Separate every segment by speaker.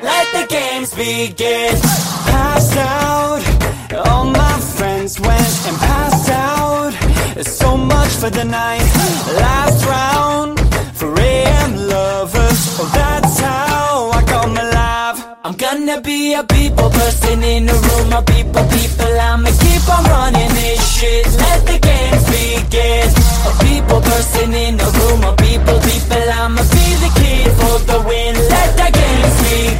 Speaker 1: Let the games begin. Passed out, all my friends went and passed out. So much for the night. Last round for AM lovers. Oh, that's how I come alive. I'm gonna be a people person in a room of people, people. I'ma keep on running this shit. Let the games begin. A people person in a room of people, people. I'ma be the kid for the win. Let the games begin.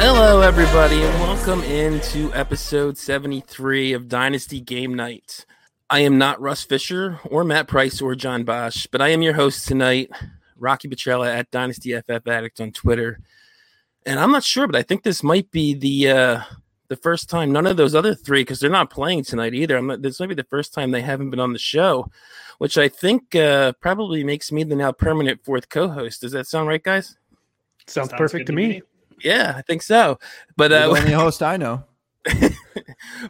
Speaker 2: Hello, everybody, and welcome into episode 73 of Dynasty Game Night. I am not Russ Fisher or Matt Price or John Bosch, but I am your host tonight, Rocky Bacella at Dynasty FF Addict on Twitter. And I'm not sure, but I think this might be the uh, the first time none of those other three, because they're not playing tonight either. I'm not, this might be the first time they haven't been on the show, which I think uh, probably makes me the now permanent fourth co-host. Does that sound right, guys?
Speaker 3: Sounds, perfect to me.
Speaker 2: Yeah, I think so. But
Speaker 4: You're
Speaker 2: uh,
Speaker 4: the only host I know.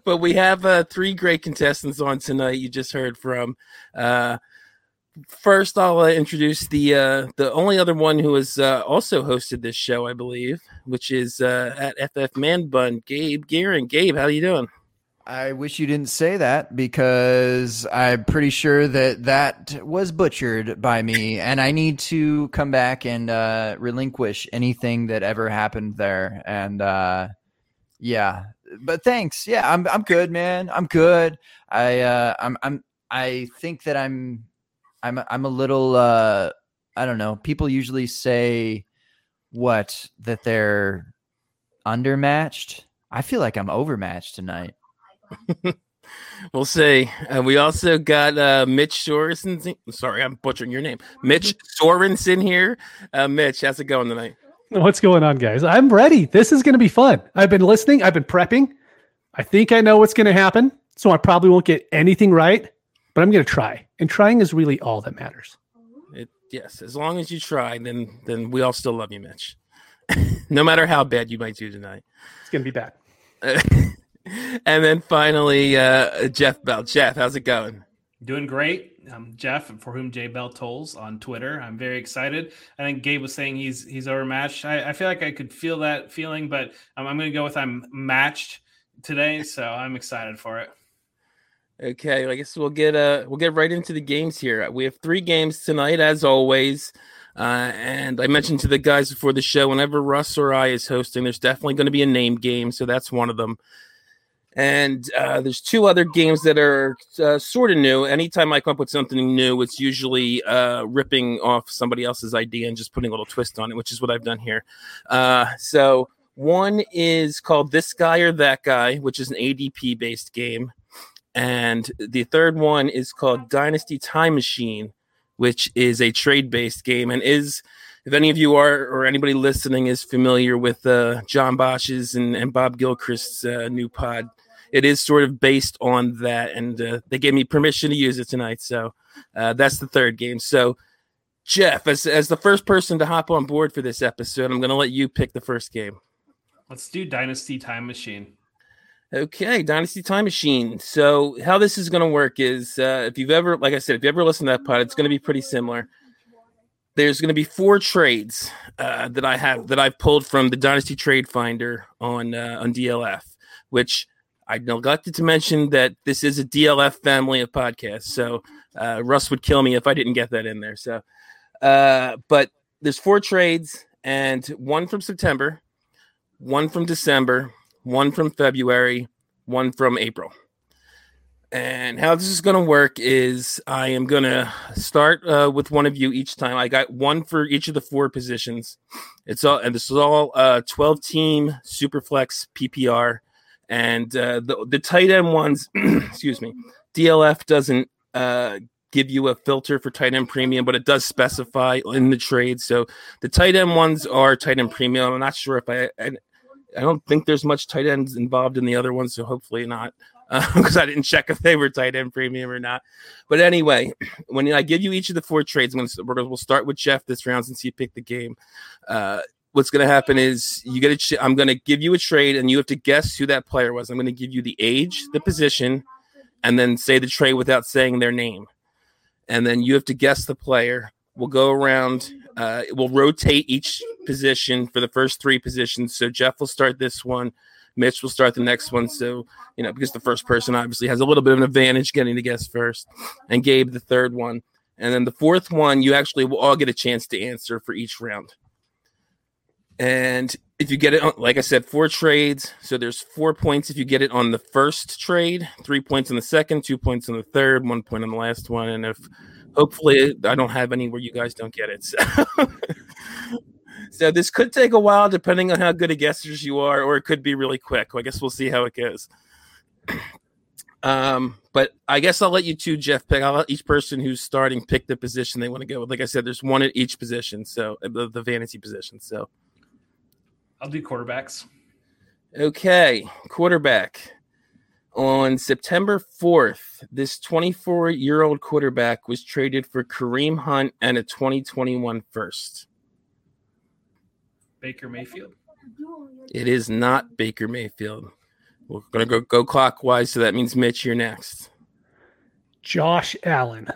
Speaker 2: but we have uh, three great contestants on tonight. You just heard from. Uh, first, I'll uh, introduce the uh, the only other one who has uh, also hosted this show, I believe, which is uh, at FF Man Bun, Gabe Gearing. Gabe, how you doing?
Speaker 4: I wish you didn't say that because I'm pretty sure that that was butchered by me, and I need to come back and uh, relinquish anything that ever happened there. And uh, yeah, but thanks. Yeah, I'm I'm good, man. I'm good. I uh, I'm I'm I think that I'm I'm I'm a little uh, I don't know. People usually say what that they're undermatched. I feel like I'm overmatched tonight.
Speaker 2: We'll see. Uh, we also got uh, Mitch Sorensen. Sorry, I'm butchering your name. Mitch Sorensen here. Uh, Mitch, how's it going tonight?
Speaker 3: What's going on, guys? I'm ready. This is going to be fun. I've been listening. I've been prepping. I think I know what's going to happen, so I probably won't get anything right, but I'm going to try. And trying is really all that matters.
Speaker 2: It, yes, as long as you try, then then we all still love you, Mitch. no matter how bad you might do tonight.
Speaker 3: It's going to be bad.
Speaker 2: and then finally, uh, Jeff Bell. Jeff, how's it going?
Speaker 5: Doing great. I'm Jeff, for whom J Bell tolls on Twitter. I'm very excited. I think Gabe was saying he's he's overmatched. I, I feel like I could feel that feeling, but um, I'm, I'm going to go with I'm matched today. So I'm excited for it.
Speaker 2: Okay, I guess we'll get uh we'll get right into the games here. We have three games tonight, as always. Uh, and I mentioned to the guys before the show, whenever Russ or I is hosting, there's definitely going to be a name game, so that's one of them. And uh, there's two other games that are uh, sort of new. Anytime I come up with something new, it's usually uh, ripping off somebody else's idea and just putting a little twist on it, which is what I've done here. Uh, so one is called This Guy or That Guy, which is an ADP based game. And the third one is called Dynasty Time Machine, which is a trade based game and is. If any of you are, or anybody listening is familiar with uh, John Bosch's and, and Bob Gilchrist's uh, new pod, it is sort of based on that. And uh, they gave me permission to use it tonight. So uh, that's the third game. So, Jeff, as, as the first person to hop on board for this episode, I'm going to let you pick the first game.
Speaker 5: Let's do Dynasty Time Machine.
Speaker 2: Okay, Dynasty Time Machine. So how this is going to work is uh, if you've ever, like I said, if you ever listened to that pod, it's going to be pretty similar. There's going to be four trades uh, that I have that I've pulled from the Dynasty Trade Finder on uh, on DLF, which I neglected to mention that this is a DLF family of podcasts. So uh, Russ would kill me if I didn't get that in there. So, uh, but there's four trades and one from September, one from December, one from February, one from April. And how this is going to work is I am going to start uh, with one of you each time. I got one for each of the four positions. It's all, and this is all uh, 12 team Superflex PPR. And uh, the, the tight end ones, excuse me, DLF doesn't uh, give you a filter for tight end premium, but it does specify in the trade. So the tight end ones are tight end premium. I'm not sure if I, I, I don't think there's much tight ends involved in the other ones, so hopefully not, because I didn't check if they were tight end premium or not. But anyway, when I give you each of the four trades, I'm gonna, we're gonna, we'll start with Jeff this round since he picked the game. Uh, what's going to happen is you get a ch- i'm going to give you a trade and you have to guess who that player was i'm going to give you the age the position and then say the trade without saying their name and then you have to guess the player we'll go around uh, we'll rotate each position for the first three positions so jeff will start this one mitch will start the next one so you know because the first person obviously has a little bit of an advantage getting to guess first and gabe the third one and then the fourth one you actually will all get a chance to answer for each round and if you get it, on, like I said, four trades. So there's four points if you get it on the first trade, three points on the second, two points on the third, one point on the last one. And if hopefully I don't have any where you guys don't get it. So, so this could take a while depending on how good a guessers you are, or it could be really quick. I guess we'll see how it goes. Um, but I guess I'll let you two, Jeff, pick. I'll let each person who's starting pick the position they want to go with. Like I said, there's one at each position, so uh, the, the vanity position. So
Speaker 5: I'll do quarterbacks.
Speaker 2: Okay, quarterback. On September 4th, this 24 year old quarterback was traded for Kareem Hunt and a 2021 first.
Speaker 5: Baker Mayfield.
Speaker 2: It is not Baker Mayfield. We're going to go, go clockwise, so that means Mitch, you're next.
Speaker 3: Josh Allen.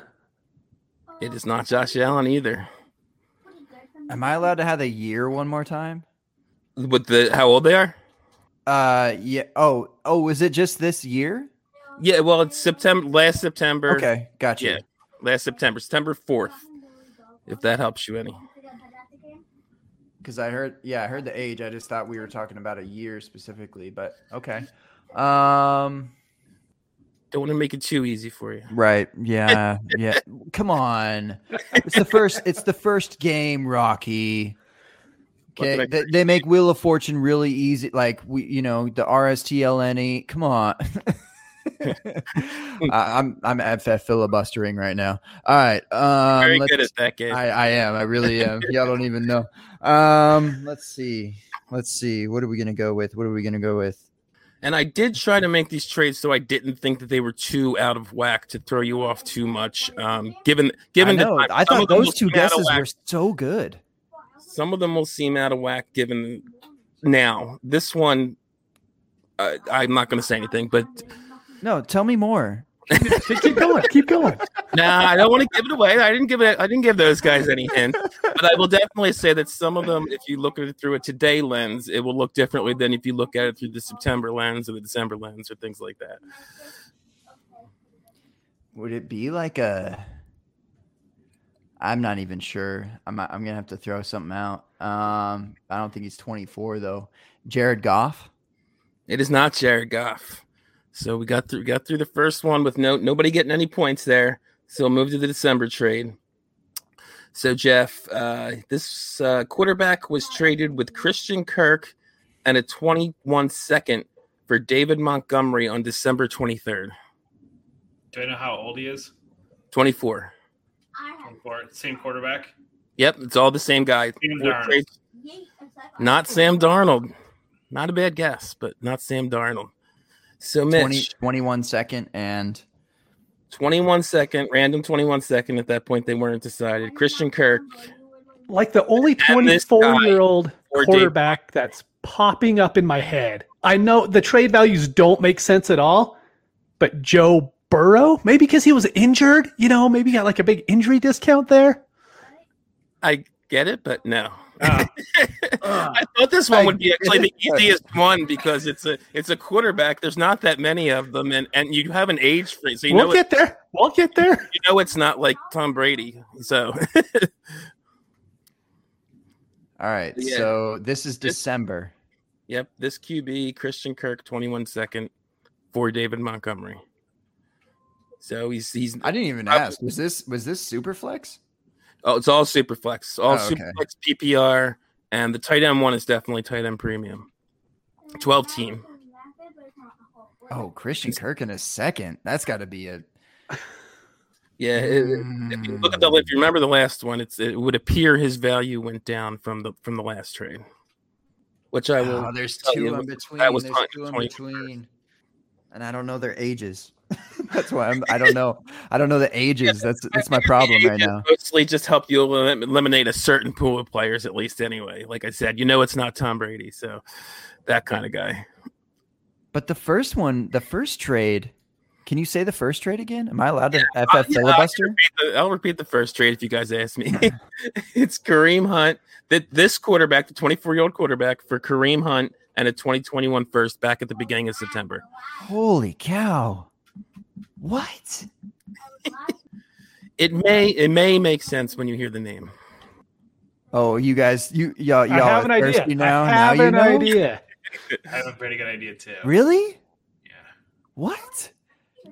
Speaker 2: It is not Josh Allen either.
Speaker 4: Am I allowed to have the year one more time?
Speaker 2: with the how old they are
Speaker 4: uh yeah oh oh was it just this year
Speaker 2: yeah well it's september last september
Speaker 4: okay gotcha yeah
Speaker 2: last september september 4th if that helps you any
Speaker 4: because i heard yeah i heard the age i just thought we were talking about a year specifically but okay um
Speaker 2: don't want to make it too easy for you.
Speaker 4: Right. Yeah. yeah. Come on. It's the first it's the first game, Rocky. Okay, they, they, make Wheel of Fortune really easy. Like we, you know, the RSTLNE. Come on, I, am I'm FF filibustering right now. All right, um,
Speaker 2: very good at that game.
Speaker 4: I, I am. I really am. Y'all don't even know. Um, let's see. Let's see. What are we gonna go with? What are we gonna go with?
Speaker 2: And I did try to make these trades so I didn't think that they were too out of whack to throw you off too much. Um, given given
Speaker 4: I, know,
Speaker 2: the,
Speaker 4: I thought those two guesses were so good
Speaker 2: some of them will seem out of whack given now this one uh, i'm not going to say anything but
Speaker 4: no tell me more
Speaker 3: keep going keep going
Speaker 2: nah i don't want to give it away i didn't give it i didn't give those guys any hint but i will definitely say that some of them if you look at it through a today lens it will look differently than if you look at it through the september lens or the december lens or things like that
Speaker 4: would it be like a I'm not even sure. I'm I'm gonna have to throw something out. Um, I don't think he's 24 though. Jared Goff.
Speaker 2: It is not Jared Goff. So we got through got through the first one with no nobody getting any points there. So we'll move to the December trade. So Jeff, uh, this uh, quarterback was traded with Christian Kirk and a 21 second for David Montgomery on December 23rd.
Speaker 5: Do I know how old he is?
Speaker 2: 24.
Speaker 5: Same quarterback.
Speaker 2: Yep, it's all the same guy.
Speaker 5: Sam
Speaker 2: not Sam Darnold. Not a bad guess, but not Sam Darnold. So Mitch, 20,
Speaker 4: 21 second and
Speaker 2: 21 second, random 21 second. At that point, they weren't decided. Christian Kirk,
Speaker 3: like the only 24 year old quarterback Dave. that's popping up in my head. I know the trade values don't make sense at all, but Joe Burrow? Maybe because he was injured, you know, maybe got like a big injury discount there.
Speaker 2: I get it, but no.
Speaker 5: Oh,
Speaker 2: Uh, I thought this one would be actually the easiest one because it's a it's a quarterback. There's not that many of them, and and you have an age frame, so you
Speaker 3: we'll
Speaker 2: know
Speaker 3: get there. We'll get there.
Speaker 2: You know, it's not like Tom Brady. So,
Speaker 4: all right. Yeah. So this is December.
Speaker 2: This, yep, this QB Christian Kirk, 21 second for David Montgomery. So he's he's.
Speaker 4: I didn't even ask. Was this was this Superflex?
Speaker 2: Oh, it's all Superflex, all oh, okay. Superflex PPR, and the tight end one is definitely tight end premium, twelve team.
Speaker 4: Oh, Christian Kirk in a second. That's got to be a.
Speaker 2: Yeah, it- it- if you look at the
Speaker 4: Hmm.
Speaker 2: if you remember the last one, it's it would appear his value went down from the from the last trade, which I will.
Speaker 4: Oh, there's
Speaker 2: tell you,
Speaker 4: two
Speaker 2: it
Speaker 4: in
Speaker 2: was-
Speaker 4: between.
Speaker 2: that was
Speaker 4: There's
Speaker 2: fine,
Speaker 4: two in
Speaker 2: 20.
Speaker 4: between, and I don't know their ages. that's why I'm, I don't know. I don't know the ages. That's that's my problem right
Speaker 2: It
Speaker 4: now.
Speaker 2: Mostly just help you elim- eliminate a certain pool of players, at least anyway. Like I said, you know it's not Tom Brady, so that kind of guy.
Speaker 4: But the first one, the first trade. Can you say the first trade again? Am I allowed to
Speaker 2: I'll-
Speaker 4: FF
Speaker 2: yeah, I'll
Speaker 4: filibuster?
Speaker 2: repeat the- I'll repeat the first trade if you guys ask me. it's Kareem Hunt. That this quarterback, the 24 year old quarterback, for Kareem Hunt and a 2021 first back at the beginning of September.
Speaker 4: Holy cow! What?
Speaker 2: It may it may make sense when you hear the name.
Speaker 4: Oh, you guys, you y'all, y'all
Speaker 3: I have an
Speaker 4: are thirsty
Speaker 3: idea.
Speaker 4: now.
Speaker 3: I have
Speaker 4: now
Speaker 3: an
Speaker 4: you know?
Speaker 3: idea.
Speaker 5: I have a pretty good idea too.
Speaker 4: Really?
Speaker 5: Yeah.
Speaker 4: What?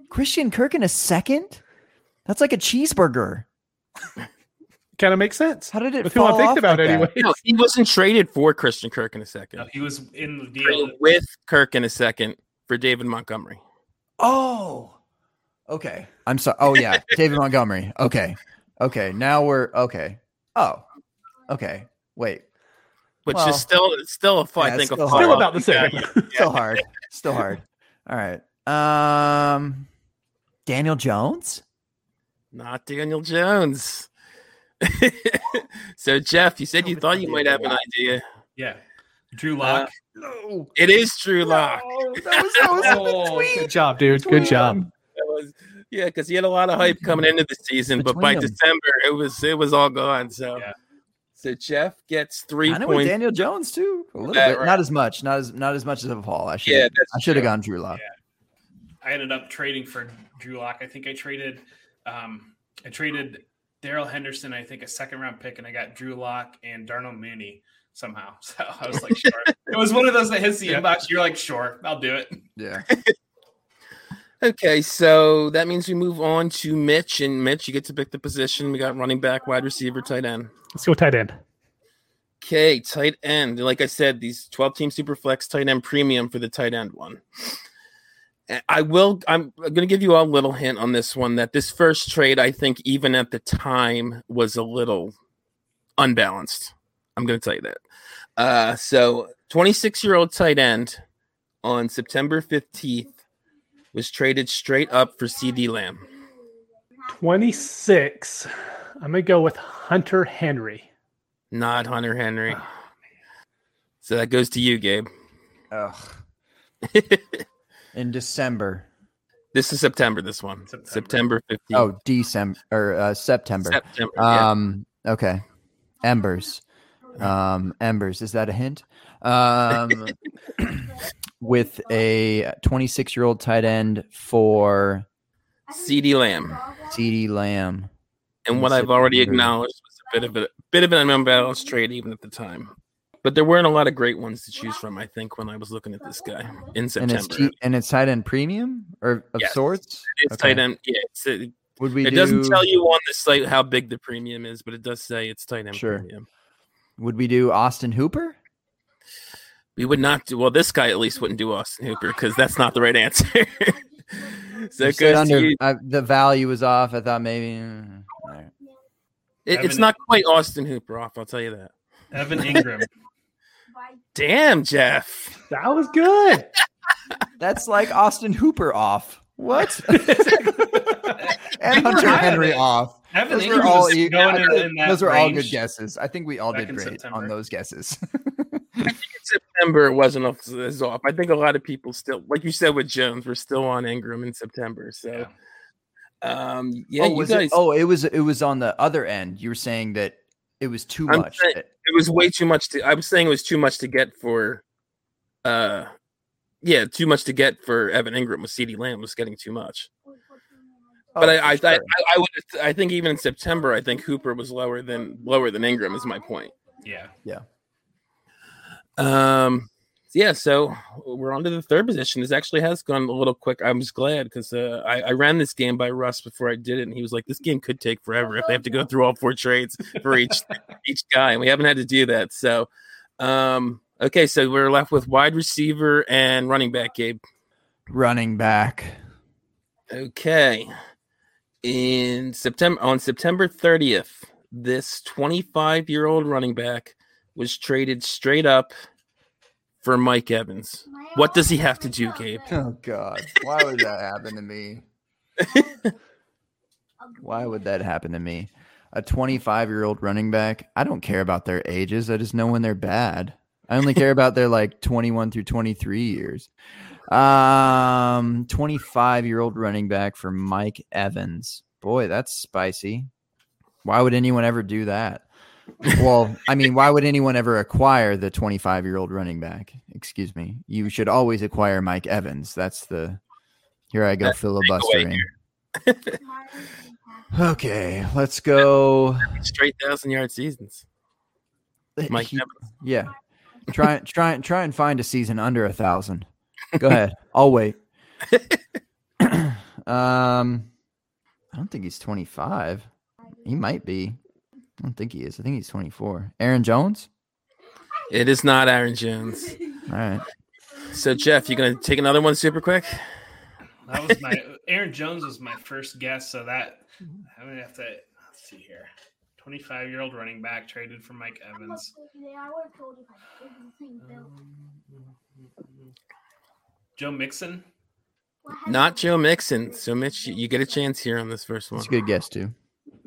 Speaker 4: Christian Kirk in a second? That's like a cheeseburger.
Speaker 3: Kind of makes sense.
Speaker 4: How did it?
Speaker 3: With who I'm
Speaker 4: fall off
Speaker 3: thinking about
Speaker 4: like that?
Speaker 3: anyway.
Speaker 2: No, he wasn't traded for Christian Kirk in a second.
Speaker 5: No, he was in the deal.
Speaker 2: Traded with Kirk in a second for David Montgomery.
Speaker 4: Oh, okay. I'm sorry. Oh yeah, David Montgomery. Okay, okay. Now we're okay. Oh, okay. Wait,
Speaker 2: Which
Speaker 4: Well,
Speaker 2: is still it's still a fight.
Speaker 4: yeah,
Speaker 2: I think a
Speaker 4: still
Speaker 2: fall
Speaker 3: Still
Speaker 2: off.
Speaker 3: about the same.
Speaker 4: still hard. Still hard. All right. Um, Daniel Jones.
Speaker 2: Not Daniel Jones. so Jeff, you said you thought you might have an idea.
Speaker 5: Yeah. Drew Lock.
Speaker 4: No,
Speaker 2: It is Drew Lock.
Speaker 4: that was, that was in
Speaker 5: Oh,
Speaker 4: between.
Speaker 3: Good job, dude. Good job.
Speaker 2: That was- yeah, because he had a lot of hype coming into the season, but by
Speaker 4: Mm-hmm. Between 'em.
Speaker 2: December it was it was all gone. So,
Speaker 5: Yeah.
Speaker 2: so Jeff gets three
Speaker 4: I know with
Speaker 2: points.
Speaker 4: Daniel Jones too. A little
Speaker 2: Yeah,
Speaker 4: bit,
Speaker 2: right.
Speaker 4: not as much, not as not as much as of Hall. I should
Speaker 2: Yeah, that's
Speaker 4: I should have
Speaker 2: true.
Speaker 4: gone Drew Lock.
Speaker 5: I ended up trading for Drew Lock. I think I traded um I traded Daryl Henderson, I think a second round pick, and I got Drew Lock and Darnell Mooney somehow. So I was like, sure. it was one of those that hits the inbox. You're like, sure, I'll do it.
Speaker 4: Yeah.
Speaker 2: Okay, so that means we move on to Mitch, and Mitch, you get to pick the position. We got running back, wide receiver, tight end.
Speaker 3: Let's go tight end.
Speaker 2: Okay, tight end. Like I said, these 12 team super flex tight end premium for the tight end one. And I will, I'm going to give you a little hint on this one that this first trade, I think, even at the time, was a little unbalanced. I'm going to tell you that. Uh, so, 26 year old tight end on September 15th was traded straight up for CD Lamb.
Speaker 3: 26. I'm going to go with Hunter Henry.
Speaker 2: Not Hunter Henry. So that goes to you, Gabe.
Speaker 4: Ugh. In December.
Speaker 2: This is September, this one. September,
Speaker 5: September.
Speaker 2: 15th.
Speaker 4: Oh, December or uh, September.
Speaker 2: September. yeah.
Speaker 4: Um. Okay. Embers. Um. Embers. Is that a hint? Um. with a 26 year old tight end for
Speaker 2: CD Lamb.
Speaker 4: CD Lamb.
Speaker 2: And what I've already
Speaker 4: September.
Speaker 2: acknowledged was a bit of a bit of an unbalanced trade even at the time. But there weren't a lot of great ones to choose from, I think, when I was looking at this guy in
Speaker 4: And
Speaker 2: September.
Speaker 4: it's t- and it's tight end premium or of
Speaker 2: Yes.
Speaker 4: sorts.
Speaker 2: It's
Speaker 4: okay.
Speaker 2: tight end. Yeah, it's, it,
Speaker 4: Would we
Speaker 2: it
Speaker 4: do,
Speaker 2: doesn't tell you on the site how big the premium is, but it does say it's tight end
Speaker 4: Sure.
Speaker 2: premium.
Speaker 4: Would we do Austin Hooper?
Speaker 2: We would not do well. This guy at least wouldn't do Austin Hooper because that's not the right answer. so
Speaker 4: You
Speaker 2: it
Speaker 4: said
Speaker 2: goes to
Speaker 4: under,
Speaker 2: you.
Speaker 4: I, the value was off. I thought maybe. mm, all right.
Speaker 2: It- it's
Speaker 5: Evan-
Speaker 2: not quite Austin Hooper off. I'll tell you that.
Speaker 5: Evan Ingram.
Speaker 2: Damn, Jeff.
Speaker 3: That was good.
Speaker 4: That's like Austin Hooper off. What? and
Speaker 5: were
Speaker 4: Hunter
Speaker 5: high on
Speaker 4: Henry
Speaker 5: it.
Speaker 4: off.
Speaker 5: Evan
Speaker 4: Those were
Speaker 5: Ingram
Speaker 4: all
Speaker 5: was
Speaker 4: e-
Speaker 5: going in, in that
Speaker 4: those were all good
Speaker 5: range.
Speaker 4: guesses. I think we all
Speaker 5: back
Speaker 4: did
Speaker 5: in
Speaker 4: great on
Speaker 5: September.
Speaker 4: those guesses.
Speaker 2: September it wasn't off, as off. I think a lot of people still, like you said with Jones, we're still on Ingram in September. So, um, yeah,
Speaker 4: oh,
Speaker 2: you
Speaker 4: was
Speaker 2: guys,
Speaker 4: it? Oh, it was it was on the other end. You were saying that it was too
Speaker 2: I'm
Speaker 4: much.
Speaker 2: saying-
Speaker 4: that-
Speaker 2: it was way too much to. I was saying it was too much to get for, uh, yeah, too much to get for Evan Ingram with Ceedee Lamb was getting too much. but
Speaker 4: oh,
Speaker 2: I, I,
Speaker 4: for
Speaker 2: I,
Speaker 4: sure.
Speaker 2: I would, I think even in September, I think Hooper was lower than lower than Ingram is my point.
Speaker 5: Yeah.
Speaker 2: Um, yeah, so we're on to the third position. This actually has gone a little quick. I'm just glad because uh, I, I ran this game by Russ before I did it, and he was like, "This game could take forever if they have to go through all four trades for each each guy," and we haven't had to do that. So, um, okay, so we're left with wide receiver and running back, Gabe.
Speaker 4: running back.
Speaker 2: Okay, in September on September 30th, this 25 year old running back was traded straight up for Mike Evans. What does he have to do, Gabe?
Speaker 4: Oh God! Why would that happen to me? Why would that happen to me? A 25 year old running back. I don't care about their ages. I just know when they're bad. I only care about their like 21 through 23 years. Um, 25 year old running back for Mike Evans. Boy, that's spicy. Why would anyone ever do that? well, I mean, why would anyone ever acquire the 25 year old running back? Excuse me. You should always acquire Mike Evans. That's the here I go
Speaker 2: That's
Speaker 4: filibustering. okay, let's go.
Speaker 2: Straight thousand yard seasons. Mike
Speaker 4: He-
Speaker 2: Evans.
Speaker 4: yeah, try try try and find a season under a thousand. Go ahead. I'll wait. um, I don't think he's 25. He might be. I don't think he is. I think he's 24. Aaron Jones.
Speaker 2: It is not Aaron Jones.
Speaker 4: All right.
Speaker 2: So Jeff, you gonna take another one super quick?
Speaker 5: That was my Aaron Jones was my first guess, so that I'm gonna have to let's see here. 25 year old running back traded for Mike Evans. Joe Mixon.
Speaker 2: Not Joe Mixon. So Mitch, you get a chance here on this first one.
Speaker 4: That's a good guess too.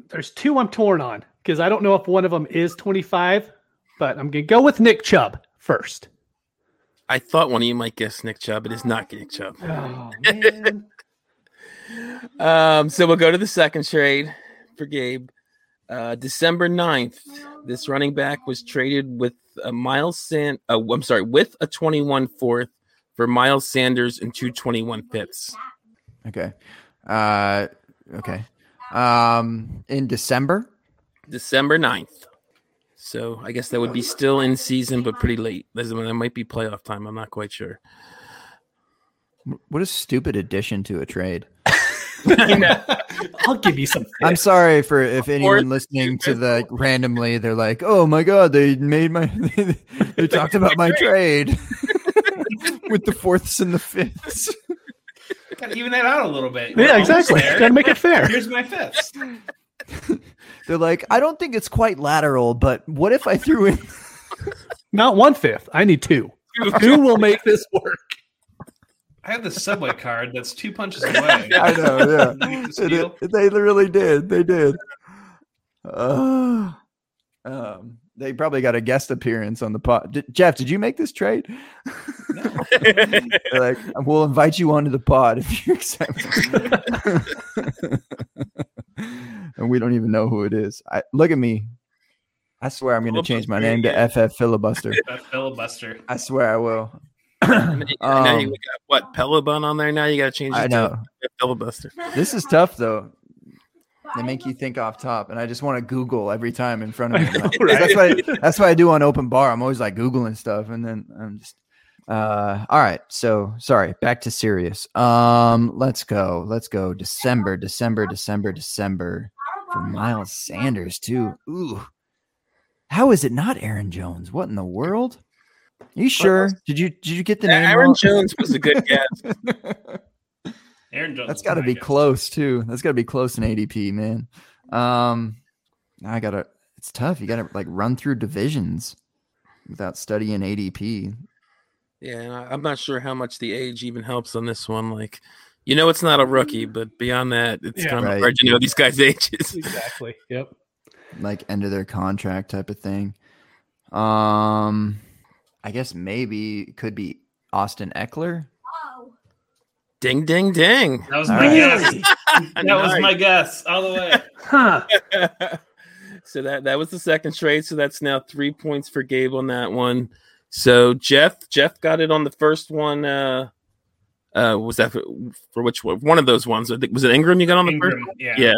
Speaker 3: There's two I'm torn on because I don't know if one of them is 25, but I'm gonna go with Nick Chubb first.
Speaker 2: I thought one of you might guess Nick Chubb. It is not Nick Chubb.
Speaker 3: Oh man,
Speaker 2: Um, so we'll go to the second trade for Gabe. Uh, December 9th, this running back was traded with a Miles San. Uh, I'm sorry, with a 21 fourth for Miles Sanders and two 21 fifths.
Speaker 4: Okay. Uh, okay. Um, in December.
Speaker 2: December 9th. So I guess that would be still in season, but pretty late. That's- That might be playoff time. I'm not quite sure.
Speaker 4: What a stupid addition to a trade.
Speaker 3: I'll give you some.
Speaker 4: I'm sorry for if anyone
Speaker 2: course.
Speaker 4: listening to the like, randomly, they're like, "Oh my god, they made my, they talked about my trade with the fourths and the fifths."
Speaker 5: Gotta even that out a little bit. We're
Speaker 3: Yeah,
Speaker 5: almost
Speaker 3: exactly.
Speaker 5: there.
Speaker 3: Gotta make it fair.
Speaker 5: Here's my fifth.
Speaker 4: They're like, "I don't think it's quite lateral, but what if I threw in?"
Speaker 3: Not one fifth. I need two. two will make this work.
Speaker 5: I have the subway card that's two punches away.
Speaker 4: I know, yeah.
Speaker 5: Make this
Speaker 4: It-
Speaker 5: deal.
Speaker 4: it- they really did. They did. Uh, um, they probably got a guest appearance on the pod. Did- Jeff, did you make this trade? They're like, we'll invite you onto the pod if you accept. and we don't even know who it is. I, look at me. I swear I'm going to change my name to FF Filibuster.
Speaker 5: That filibuster.
Speaker 4: I swear I will.
Speaker 2: And now you
Speaker 4: Um,
Speaker 2: got what Pelabun on there now? You got to change it
Speaker 4: I know.
Speaker 2: to Filibuster.
Speaker 4: This is tough though. They make you think off top, and I just want to Google every time in front of me. Like,
Speaker 3: Right.
Speaker 4: That's what I, that's what I do on open bar. I'm always like googling stuff, and then I'm just. Uh, all right. So sorry. Back to serious. Um, let's go. Let's go. December, December, December, December for Miles Sanders too. Ooh, how is it not Aaron Jones? What in the world? you sure? Did you did you get the name?
Speaker 2: Aaron
Speaker 4: wrong?
Speaker 2: Jones was a good guess.
Speaker 5: Aaron Jones.
Speaker 4: That's
Speaker 5: is
Speaker 4: got to
Speaker 5: my
Speaker 4: be
Speaker 5: guess.
Speaker 4: close too. That's got to be close in ADP, man. Um, I gotta. It's tough. You gotta like run through divisions without studying ADP.
Speaker 2: Yeah, and I- I'm not sure how much the age even helps on this one. Like, you know, it's not a rookie, but beyond that, it's
Speaker 3: Yeah.
Speaker 2: kind of
Speaker 4: Right.
Speaker 2: hard to know these guys' ages.
Speaker 3: Exactly. Yep.
Speaker 4: like end of their contract type of thing. Um, I guess maybe it could be Austin Eckler.
Speaker 2: ding, ding, ding.
Speaker 5: That was my
Speaker 4: Alright.
Speaker 5: guess. That was my guess all the way.
Speaker 3: Huh.
Speaker 2: so that that was the second trade. So that's now three points for Gabe on that one. So Jeff, Jeff got it on the first one. Uh, uh, was that for, for which one? One of those ones. I think was it Ingram you got on the first.
Speaker 5: Ingram, yeah.
Speaker 2: Yeah.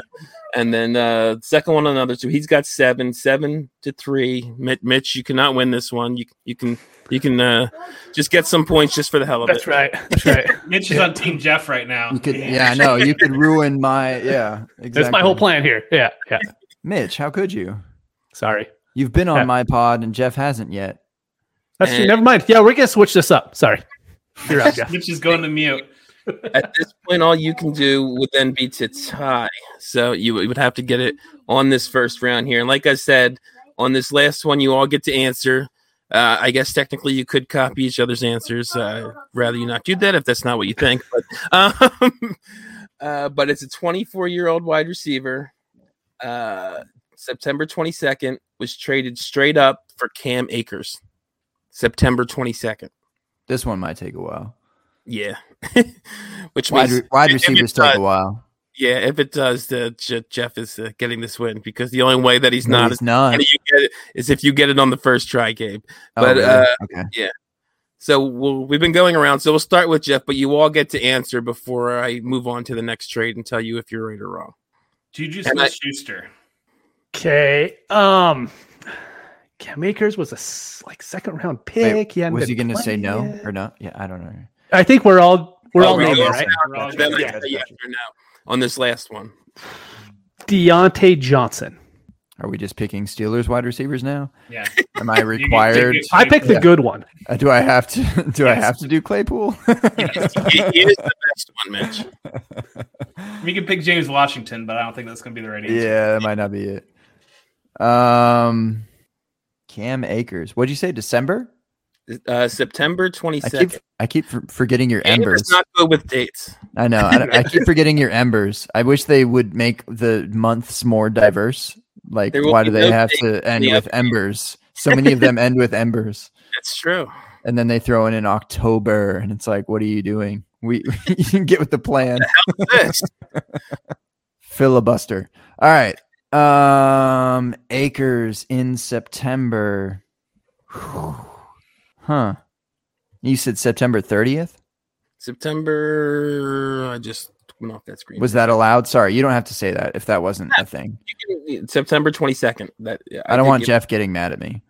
Speaker 2: And then uh second one another. So he's got seven, seven to three. Mi- Mitch, you cannot win this one. You you can you can uh just get some points just for the hell of
Speaker 3: That's
Speaker 2: it.
Speaker 3: right. That's right.
Speaker 5: Mitch is on Team Jeff right now.
Speaker 4: You could, yeah, I know. You could ruin my, yeah, exactly.
Speaker 3: That's my whole plan here. Yeah. Yeah.
Speaker 4: Mitch, how could you?
Speaker 3: Sorry.
Speaker 4: You've been
Speaker 3: Yeah.
Speaker 4: on my pod, and Jeff hasn't yet.
Speaker 3: That's true.
Speaker 2: And-
Speaker 3: Never mind. Yeah, we're gonna switch this up. Sorry. You're out, Jeff.
Speaker 5: Mitch is going to mute.
Speaker 2: At this point, all you can do would then be to tie. So you would you would have to get it on this first round here. And like I said, on this last one, you all get to answer. Uh, I guess technically you could copy each other's answers. Uh, rather you not do that if that's not what you think. But um, uh, but it's a 24 year old wide receiver. Uh, September 22nd was traded straight up for Cam Akers. September 22nd.
Speaker 4: This one might take a while.
Speaker 2: Yeah. Which
Speaker 4: Wide,
Speaker 2: means
Speaker 4: re- wide
Speaker 2: if
Speaker 4: receivers
Speaker 2: it does-
Speaker 4: take a while.
Speaker 2: Yeah, if it does, the Je- Jeff is uh, getting this win because the only way that he's
Speaker 4: No,
Speaker 2: not
Speaker 4: it's
Speaker 2: is,
Speaker 4: not.
Speaker 2: and you get it, is if you get it on the first try, Gabe.
Speaker 4: Oh,
Speaker 2: but,
Speaker 4: really?
Speaker 2: uh,
Speaker 4: okay.
Speaker 2: So we'll, we've been going around. So we'll start with Jeff, but you all get to answer before I move on to the next trade and tell you if you're right or wrong.
Speaker 5: Juju
Speaker 2: And I-
Speaker 5: Smith Schuster.
Speaker 3: Okay. Um, Cam Akers was a s- like second round pick.
Speaker 4: Wait,
Speaker 3: hadn't
Speaker 4: was
Speaker 3: been
Speaker 4: he going to say no
Speaker 3: playing.
Speaker 4: or not? Yeah, I don't know.
Speaker 3: I think we're all we're
Speaker 2: Oh,
Speaker 3: all
Speaker 2: we're all
Speaker 3: naming
Speaker 2: going
Speaker 3: right.
Speaker 5: Gotcha,
Speaker 2: Then I
Speaker 5: gotcha,
Speaker 2: say yes or no on this last one.
Speaker 3: Deontay Johnson.
Speaker 4: Are we just picking Steelers wide receivers now?
Speaker 5: Yeah.
Speaker 4: Am I
Speaker 5: You can
Speaker 4: required?
Speaker 5: take it.
Speaker 3: I picked the good one.
Speaker 4: Uh, do I have to? Do I have to do Claypool?
Speaker 2: He, he is the best one, Mitch.
Speaker 5: You can pick James Washington, but I don't think that's going to be the right answer.
Speaker 4: yeah, that might not be it. Um, Cam Akers. What'd you say? December?
Speaker 2: Uh, September
Speaker 4: I
Speaker 2: 22nd.
Speaker 4: keep I keep for- forgetting your
Speaker 2: Gabe
Speaker 4: embers.
Speaker 2: is not good with dates.
Speaker 4: I know. I, don't- I keep forgetting your embers. I wish they would make the months more diverse. Like,
Speaker 2: There will
Speaker 4: why
Speaker 2: be
Speaker 4: do they
Speaker 2: no
Speaker 4: have
Speaker 2: dates
Speaker 4: to end
Speaker 2: the
Speaker 4: with
Speaker 2: other
Speaker 4: embers? So many of them end with embers,
Speaker 2: That's true.
Speaker 4: and then they throw in in October, and it's like, what are you doing? We you can get with the plan.
Speaker 2: This.
Speaker 4: Filibuster. All right. Um, Acres in September. Whew. Huh. You said September 30th?
Speaker 2: September. I just went off that screen.
Speaker 4: Was that allowed? Sorry, you don't have to say that if that wasn't a thing.
Speaker 2: You can- September 22nd. That yeah,
Speaker 4: I don't
Speaker 2: did
Speaker 4: want
Speaker 2: get-
Speaker 4: Jeff getting mad at me.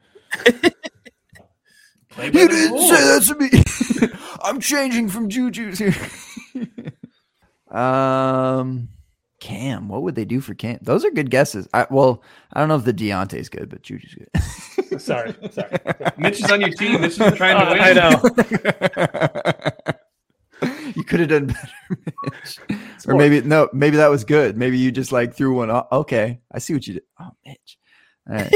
Speaker 5: Play by
Speaker 4: You
Speaker 5: the
Speaker 4: didn't
Speaker 5: rules.
Speaker 4: say that to me. I'm changing from Juju's here. um, Cam, what would they do for Cam? Those are good guesses. I, well, I don't know if the Deontay's good, but Juju's good.
Speaker 3: Sorry, sorry.
Speaker 5: Mitch is on your team. Mitch is trying to
Speaker 3: Uh,
Speaker 5: win.
Speaker 3: I know.
Speaker 4: you could have done better, Mitch. Or
Speaker 3: more-
Speaker 4: maybe no, maybe that was good. Maybe you just like threw one off. Okay, I see what you did. Oh, Mitch. All right.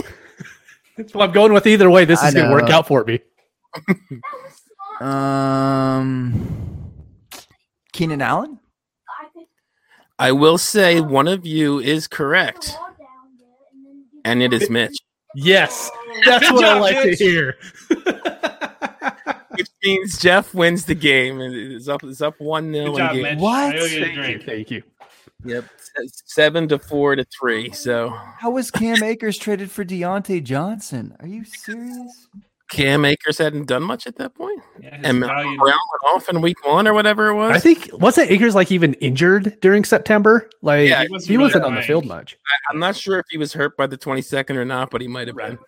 Speaker 3: Well, I'm going with either way. This
Speaker 4: I
Speaker 3: is going to work
Speaker 4: know.
Speaker 3: out for me.
Speaker 2: uh,
Speaker 4: Um, Keenan Allen.
Speaker 2: I will say one of you is correct, and it is Mitch,
Speaker 3: Yes, that's
Speaker 5: Good
Speaker 3: what I
Speaker 5: job,
Speaker 3: like
Speaker 5: Mitch.
Speaker 3: to hear.
Speaker 2: which means Jeff wins the game and it's up. It's up one
Speaker 5: Good
Speaker 2: nil.
Speaker 5: job,
Speaker 2: game.
Speaker 5: Mitch.
Speaker 4: What?
Speaker 5: I owe you a
Speaker 3: Thank you,
Speaker 5: drink.
Speaker 3: thank you.
Speaker 2: Yep, s- seven to four to three. So
Speaker 4: How was Cam Akers traded for Deontay Johnson? Are you serious?
Speaker 2: Cam Akers hadn't done much at that point,
Speaker 5: Yeah, his
Speaker 2: and Malcolm
Speaker 5: value-
Speaker 2: Brown went off in week one or whatever it was.
Speaker 3: I think wasn't Akers like even injured during September? Like
Speaker 2: Yeah,
Speaker 3: he
Speaker 5: he
Speaker 3: wasn't,
Speaker 5: wasn't really
Speaker 3: on the
Speaker 5: playing.
Speaker 3: field much.
Speaker 2: I'm not sure if he was hurt by the 22nd or not, but he might have been.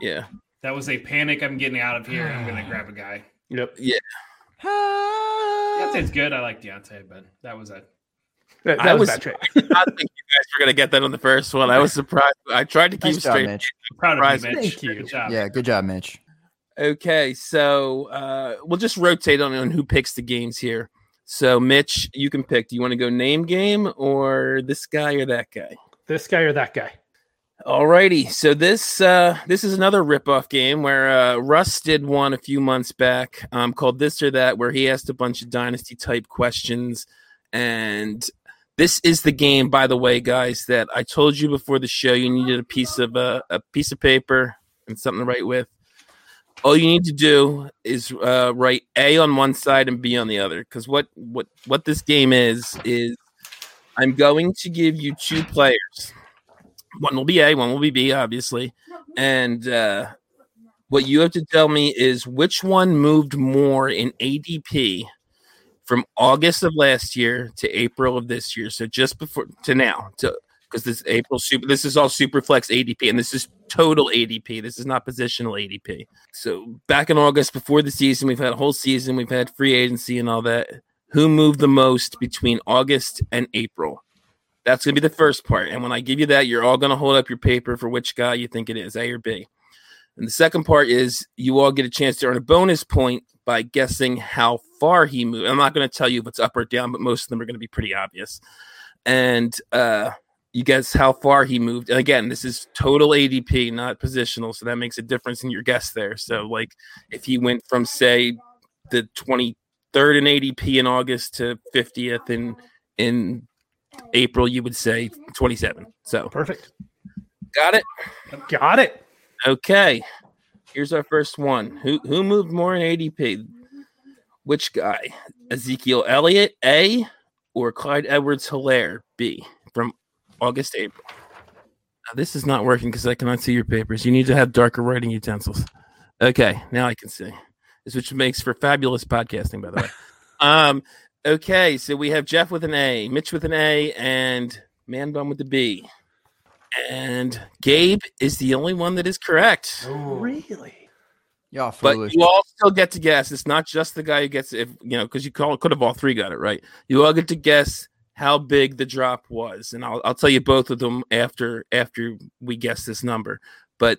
Speaker 2: Yeah.
Speaker 5: That was a panic. I'm getting out of here. I'm going to grab a guy.
Speaker 3: Yep.
Speaker 5: Deontay's good. I like Deontay, but that was a
Speaker 3: That,
Speaker 2: I
Speaker 3: that was,
Speaker 2: was-
Speaker 3: that trick.
Speaker 2: I think you guys were gonna get that on the first one. I was surprised. I tried to keep
Speaker 4: Nice
Speaker 2: it
Speaker 4: job,
Speaker 2: straight.
Speaker 4: Mitch.
Speaker 5: proud of you,
Speaker 2: Surprise.
Speaker 5: Mitch.
Speaker 3: Thank you.
Speaker 5: Good job.
Speaker 4: Yeah, good job, Mitch.
Speaker 2: Okay, so uh, we'll just rotate on, on who picks the games here. So Mitch, you can pick. Do you want to go name game or this guy or that guy?
Speaker 3: This guy or that guy.
Speaker 2: Alrighty. So this uh, this is another ripoff game where uh, Russ did one a few months back um, called this or that, where he asked a bunch of dynasty type questions, and this is the game, by the way, guys, that I told you before the show. You needed a piece of uh, a piece of paper and something to write with. All you need to do is uh, write A on one side and B on the other, because what what what this game is is I'm going to give you two players. One will be A, one will be B, obviously. And uh, what you have to tell me is which one moved more in ADP from August of last year to April of this year. So just before to now, to because this April super, this is all super flex ADP, and this is total ADP. This is not positional ADP. So back in August, before the season, we've had a whole season, we've had free agency and all that. Who moved the most between August and April? That's going to be the first part. And when I give you that, you're all going to hold up your paper for which guy you think it is, A or B. And the second part is you all get a chance to earn a bonus point by guessing how far he moved. I'm not going to tell you if it's up or down, but most of them are going to be pretty obvious. And uh, you guess how far he moved. And again, this is total ADP, not positional, so that makes a difference in your guess there. So, like, if he went from say the 23rd in ADP in August to 50th in in April, you would say 27. So,
Speaker 3: Perfect.
Speaker 2: got it.
Speaker 3: Got it.
Speaker 2: Okay. Here's our first one. Who who moved more in ADP? Which guy? Ezekiel Elliott A or Clyde Edwards Hilaire B from August to April. Now, this is not working because I cannot see your papers. You need to have darker writing utensils. Okay, now I can see. This which makes for fabulous podcasting, by the way. um okay, so we have Jeff with an A, Mitch with an A, and Man Bun with the B. And Gabe is the only one that is correct.
Speaker 3: Really?
Speaker 4: Y'all
Speaker 2: But
Speaker 4: foolish.
Speaker 2: you all still get to guess. It's not just the guy who gets it, if you know, because you call, could have all three got it right. You all get to guess how big the drop was, and I'll, I'll tell you both of them after after we guess this number. But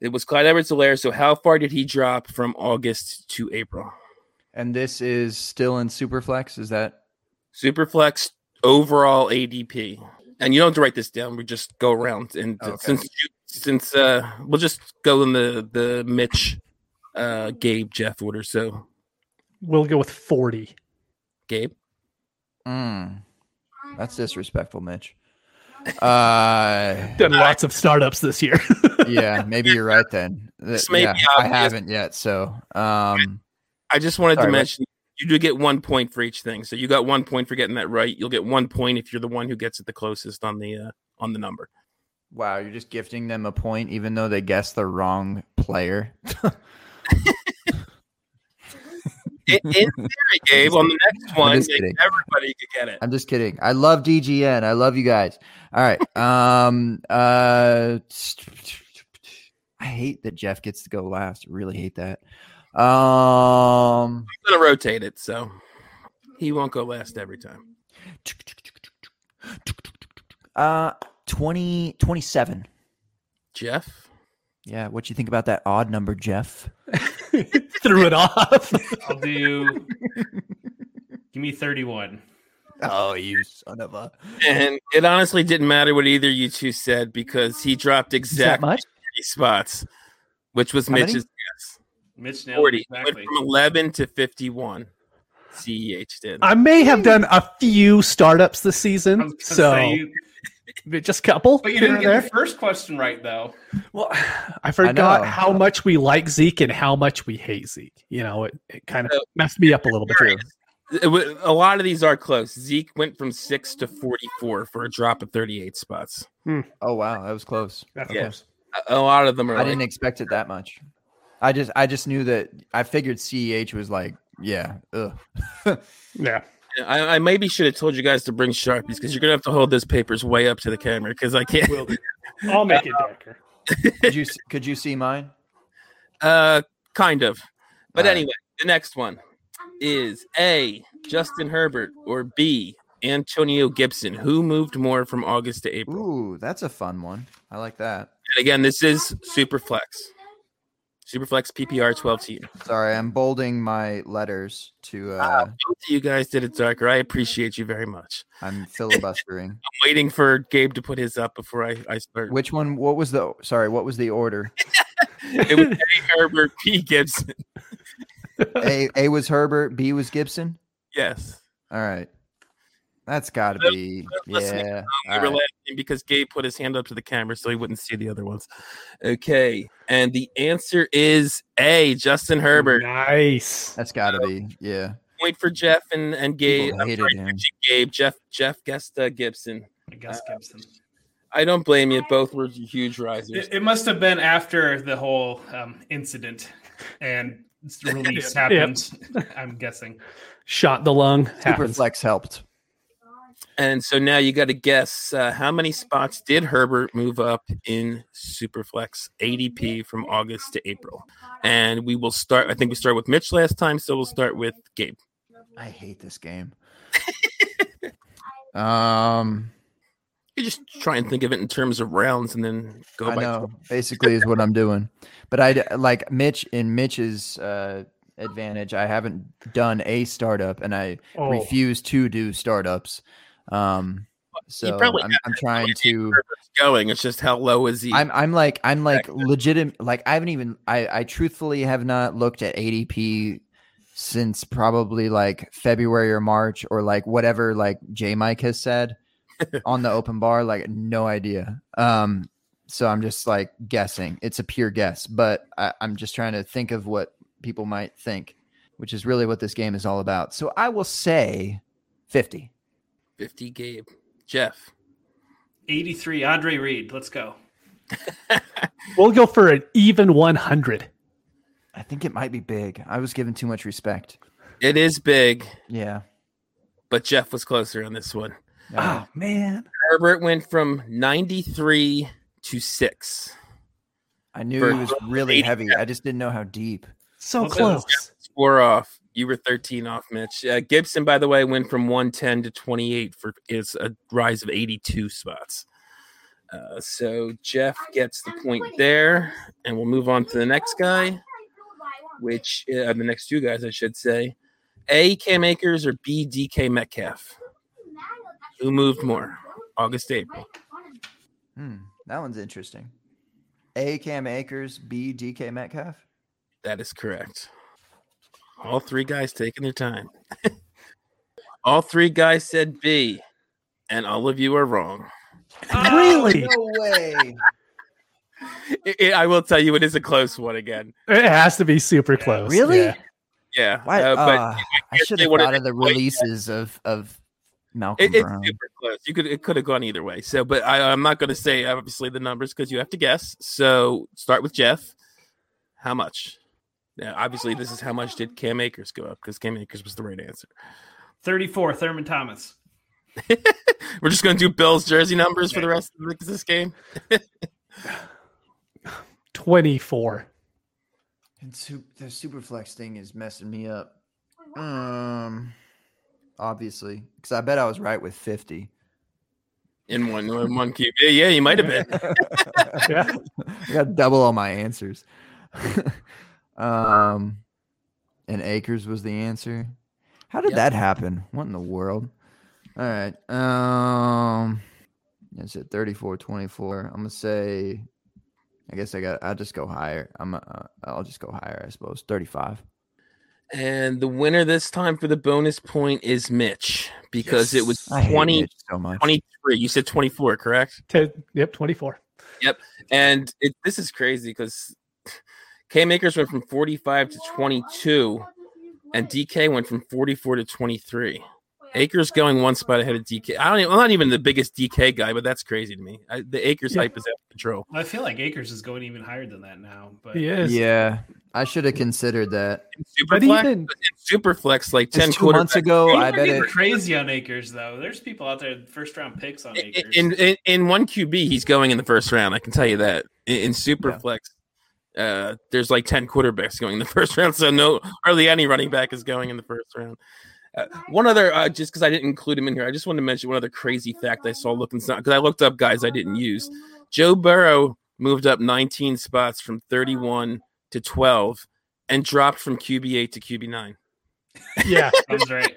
Speaker 2: it was Clyde Edwards Hilaire. So how far did he drop from August to April?
Speaker 4: and this is still in Superflex. Is that
Speaker 2: Superflex overall ADP. And you don't have to write this down. We just go around and
Speaker 4: Okay.
Speaker 2: since you, since uh we'll just go in the the Mitch, uh Gabe Jeff order. So
Speaker 3: We'll go with 40.
Speaker 2: Gabe.
Speaker 4: Mm. that's disrespectful, Mitch? Uh,
Speaker 3: Done lots of startups this year.
Speaker 4: yeah, maybe you're right then.
Speaker 2: This
Speaker 4: Th-
Speaker 2: may
Speaker 4: yeah,
Speaker 2: be
Speaker 4: I
Speaker 2: obvious.
Speaker 4: haven't yet, so um,
Speaker 2: I just wanted
Speaker 4: Sorry,
Speaker 2: to
Speaker 4: what?
Speaker 2: mention you do get one point for each thing. So you got one point for getting that right. You'll get one point if you're the one who gets it the closest on the uh, on the number.
Speaker 4: wow, you're just gifting them a point, even though they guessed the wrong player.
Speaker 2: In, in theory, Gabe, on the next one,
Speaker 4: just
Speaker 2: like,
Speaker 4: kidding.
Speaker 2: everybody could get it.
Speaker 4: I'm just kidding. I love DGN. I love you guys. All right. Um. Uh. I hate that Jeff gets to go last. Really hate that. Um.
Speaker 2: I'm gonna rotate it, so he won't go last every time.
Speaker 4: Uh. 20, 27.
Speaker 2: Jeff,
Speaker 4: Yeah. What you think about that odd number, Jeff?
Speaker 3: Threw it off.
Speaker 5: I'll do. give me thirty-one.
Speaker 4: Oh, you son of a.
Speaker 2: and it honestly didn't matter what either you two said because he dropped
Speaker 4: Is that
Speaker 2: exactly
Speaker 4: much?
Speaker 2: three spots, which was
Speaker 4: How many?
Speaker 2: Mitch's
Speaker 5: Mitch nailed it
Speaker 2: forty.
Speaker 5: exactly.
Speaker 2: Went from eleven to fifty-one. Ceh did.
Speaker 3: I may have done a few startups this
Speaker 5: I
Speaker 3: season.
Speaker 5: was gonna
Speaker 3: So
Speaker 5: say you-
Speaker 3: just a couple.
Speaker 5: but
Speaker 3: here
Speaker 5: you didn't
Speaker 3: and
Speaker 5: get
Speaker 3: there.
Speaker 5: the first question right
Speaker 3: Uh,
Speaker 5: though.
Speaker 3: Well, I forgot
Speaker 4: know.
Speaker 3: how much we like Zeke and how much we hate Zeke. You know, it, it kind of
Speaker 2: So-
Speaker 3: messed me up a little bit.
Speaker 2: Sure. It wa- a lot of these are close. Zeke went from six to 44 for a drop of 38 spots.
Speaker 4: Oh wow, that was close.
Speaker 3: That's
Speaker 2: Yeah. A, a lot of them are.
Speaker 4: I
Speaker 2: like-
Speaker 4: didn't expect it that much. I just I just knew that I figured CEH was like, yeah, ugh.
Speaker 3: Yeah.
Speaker 2: I, I maybe should have told you guys to bring sharpies because you're gonna have to hold those papers way up to the camera because I can't.
Speaker 3: I'll make
Speaker 5: Uh,
Speaker 3: it darker.
Speaker 4: Could you s- could you see mine?
Speaker 2: Uh, kind of. But
Speaker 4: All right.
Speaker 2: anyway, the next one is A. Justin Herbert or B. Antonio Gibson. Who moved more from August to April?
Speaker 4: Ooh, that's a fun one. I like that.
Speaker 2: And again, this is Superflex. Superflex PPR 12 team.
Speaker 4: Sorry, I'm bolding my letters to. uh
Speaker 2: Both of you guys did it darker. I appreciate you very much.
Speaker 4: I'm filibustering.
Speaker 2: waiting for Gabe to put his up before I, I start.
Speaker 4: Which one? What was the? Sorry, what was the order?
Speaker 2: it was A. Herbert P. Gibson.
Speaker 4: A A was Herbert. B was Gibson.
Speaker 2: Yes.
Speaker 4: All right, that's got to
Speaker 2: Those-
Speaker 4: be
Speaker 2: those listening
Speaker 4: yeah.
Speaker 2: They
Speaker 4: all
Speaker 2: were
Speaker 4: right.
Speaker 2: laughing because Gabe put his hand up to the camera so he wouldn't see the other ones. Okay. And the answer is A. Justin Herbert.
Speaker 3: Nice.
Speaker 4: That's got to be yeah.
Speaker 2: Point for Jeff and, and Gabe.
Speaker 4: People
Speaker 2: I'm
Speaker 4: hated
Speaker 2: sorry,
Speaker 4: him.
Speaker 2: Gabe. Jeff Jeff guessed uh, Gibson.
Speaker 5: I guess Gibson.
Speaker 2: I don't blame you. Both were huge risers.
Speaker 5: It, it must have been after the whole um, incident and release happened. I'm guessing.
Speaker 3: Shot the lung. Happens.
Speaker 4: Superflex helped.
Speaker 2: And so now you got to guess uh, how many spots did Herbert move up in Superflex ADP from August to April? And we will start. I think we started with Mitch last time, so we'll start with Gabe.
Speaker 4: I hate this game. um,
Speaker 2: You just try and think of it in terms of rounds and then go
Speaker 4: I
Speaker 2: by.
Speaker 4: know, basically, is what I'm doing. But I like Mitch in Mitch's uh, advantage. I haven't done a startup, and I
Speaker 3: Oh.
Speaker 4: refuse to do startups. Um, so
Speaker 2: probably
Speaker 4: I'm,
Speaker 2: have
Speaker 4: I'm trying to.
Speaker 2: where it's going. It's just how low is he?
Speaker 4: I'm I'm like I'm like legitimate. Like I haven't even I I truthfully have not looked at ADP since probably like February or March or like whatever like J Mike has said on the open bar. Like no idea. Um, so I'm just like guessing. It's a pure guess, but I, I'm just trying to think of what people might think, which is really what this game is all about. So I will say fifty.
Speaker 2: 50 Gabe. Jeff.
Speaker 5: 83, Andre Reed. Let's go.
Speaker 3: We'll go for an even 100.
Speaker 4: I think it might be big. I was given too much respect.
Speaker 2: It is big,
Speaker 4: Yeah.
Speaker 2: but Jeff was closer on this one.
Speaker 4: Uh,
Speaker 3: Oh, man.
Speaker 2: Herbert went from 93 to 6.
Speaker 4: I knew
Speaker 2: for
Speaker 4: it was really
Speaker 2: 80
Speaker 4: heavy. I just didn't know how deep.
Speaker 3: So
Speaker 5: Okay, let's
Speaker 3: close.
Speaker 2: Four off. You were 13 off, Mitch. Uh, Gibson, by the way, went from 110 to 28 for is a rise of 82 spots. Uh, so Jeff gets the point there, and we'll move on to the next guy, which uh, the next two guys, I should say. A Cam Akers or B DK Metcalf? Who moved more? August, April.
Speaker 4: Hmm, that one's interesting. A Cam Akers, B DK Metcalf.
Speaker 2: That is correct. All three guys taking their time. All three guys said B, and all of you are wrong.
Speaker 3: really?
Speaker 4: No way.
Speaker 2: I- I I will tell you, it is a close one again.
Speaker 3: It has to be super close.
Speaker 4: really?
Speaker 3: Yeah.
Speaker 2: Yeah,
Speaker 4: Why?
Speaker 2: uh, but
Speaker 4: ah, I
Speaker 2: guess
Speaker 4: should
Speaker 2: they
Speaker 4: have
Speaker 2: wanted
Speaker 4: thought of the
Speaker 2: quite yet.
Speaker 4: releases of of Malcolm
Speaker 2: it, it's
Speaker 4: Brown.
Speaker 2: super close. You could it could have gone either way. So, but I, I'm not going to say obviously the numbers because you have to guess. So, start with Jeff. How much? Now, obviously, this is how much did Cam Akers go up because Cam Akers was the right answer.
Speaker 5: 34, Thurman Thomas.
Speaker 2: We're just going to do Bill's jersey numbers for the rest of the- this game.
Speaker 3: 24.
Speaker 4: and su- the Superflex thing is messing me up. Um, obviously, because I bet I was right with fifty.
Speaker 2: in one in one QB. Yeah, you might have been.
Speaker 3: Yeah.
Speaker 4: I got double all my answers. um, and Acres was the answer. How did
Speaker 2: Yep.
Speaker 4: that happen? What in the world? All right. Um, is it 34 24? I'm gonna say, I guess I got, I'll just go higher. I'm, uh, I'll just go higher, I suppose. 35.
Speaker 2: And the winner this time for the bonus point is Mitch because it was
Speaker 4: I hate
Speaker 2: 20,
Speaker 4: Mitch so much.
Speaker 2: 23. You said 24, correct?
Speaker 3: Ten- yep, 24.
Speaker 2: And it, this is crazy because K Makers went from 45 to 22 and DK went from 44 to 23. Akers going one spot ahead of DK. I don't even, I'm not even the biggest DK guy, but that's crazy to me. I, the Akers
Speaker 3: Yeah.
Speaker 2: hype is out of control.
Speaker 5: I feel like Akers is going even higher than that now. But
Speaker 3: He is.
Speaker 4: Yeah, I should have considered that.
Speaker 3: But
Speaker 2: Superflex,
Speaker 3: even
Speaker 2: Superflex like 10
Speaker 4: Just two months
Speaker 2: quarterbacks
Speaker 4: ago,
Speaker 5: People
Speaker 4: I bet
Speaker 5: get
Speaker 4: it.
Speaker 5: crazy on Akers though. There's people out there first round picks on
Speaker 2: I-
Speaker 5: Akers.
Speaker 2: in, in in one QB, he's going in the first round. I can tell you that. In, in Superflex, uh, there's like ten quarterbacks going in the first round, so no, hardly any running back is going in the first round. Uh, one other, uh, just because I didn't include him in here, I just want to mention one other crazy fact I saw looking because I looked up guys I didn't use. Joe Burrow moved up 19 spots from 31 to 12 and dropped from QB8 to QB9.
Speaker 3: yeah.
Speaker 5: Sounds right.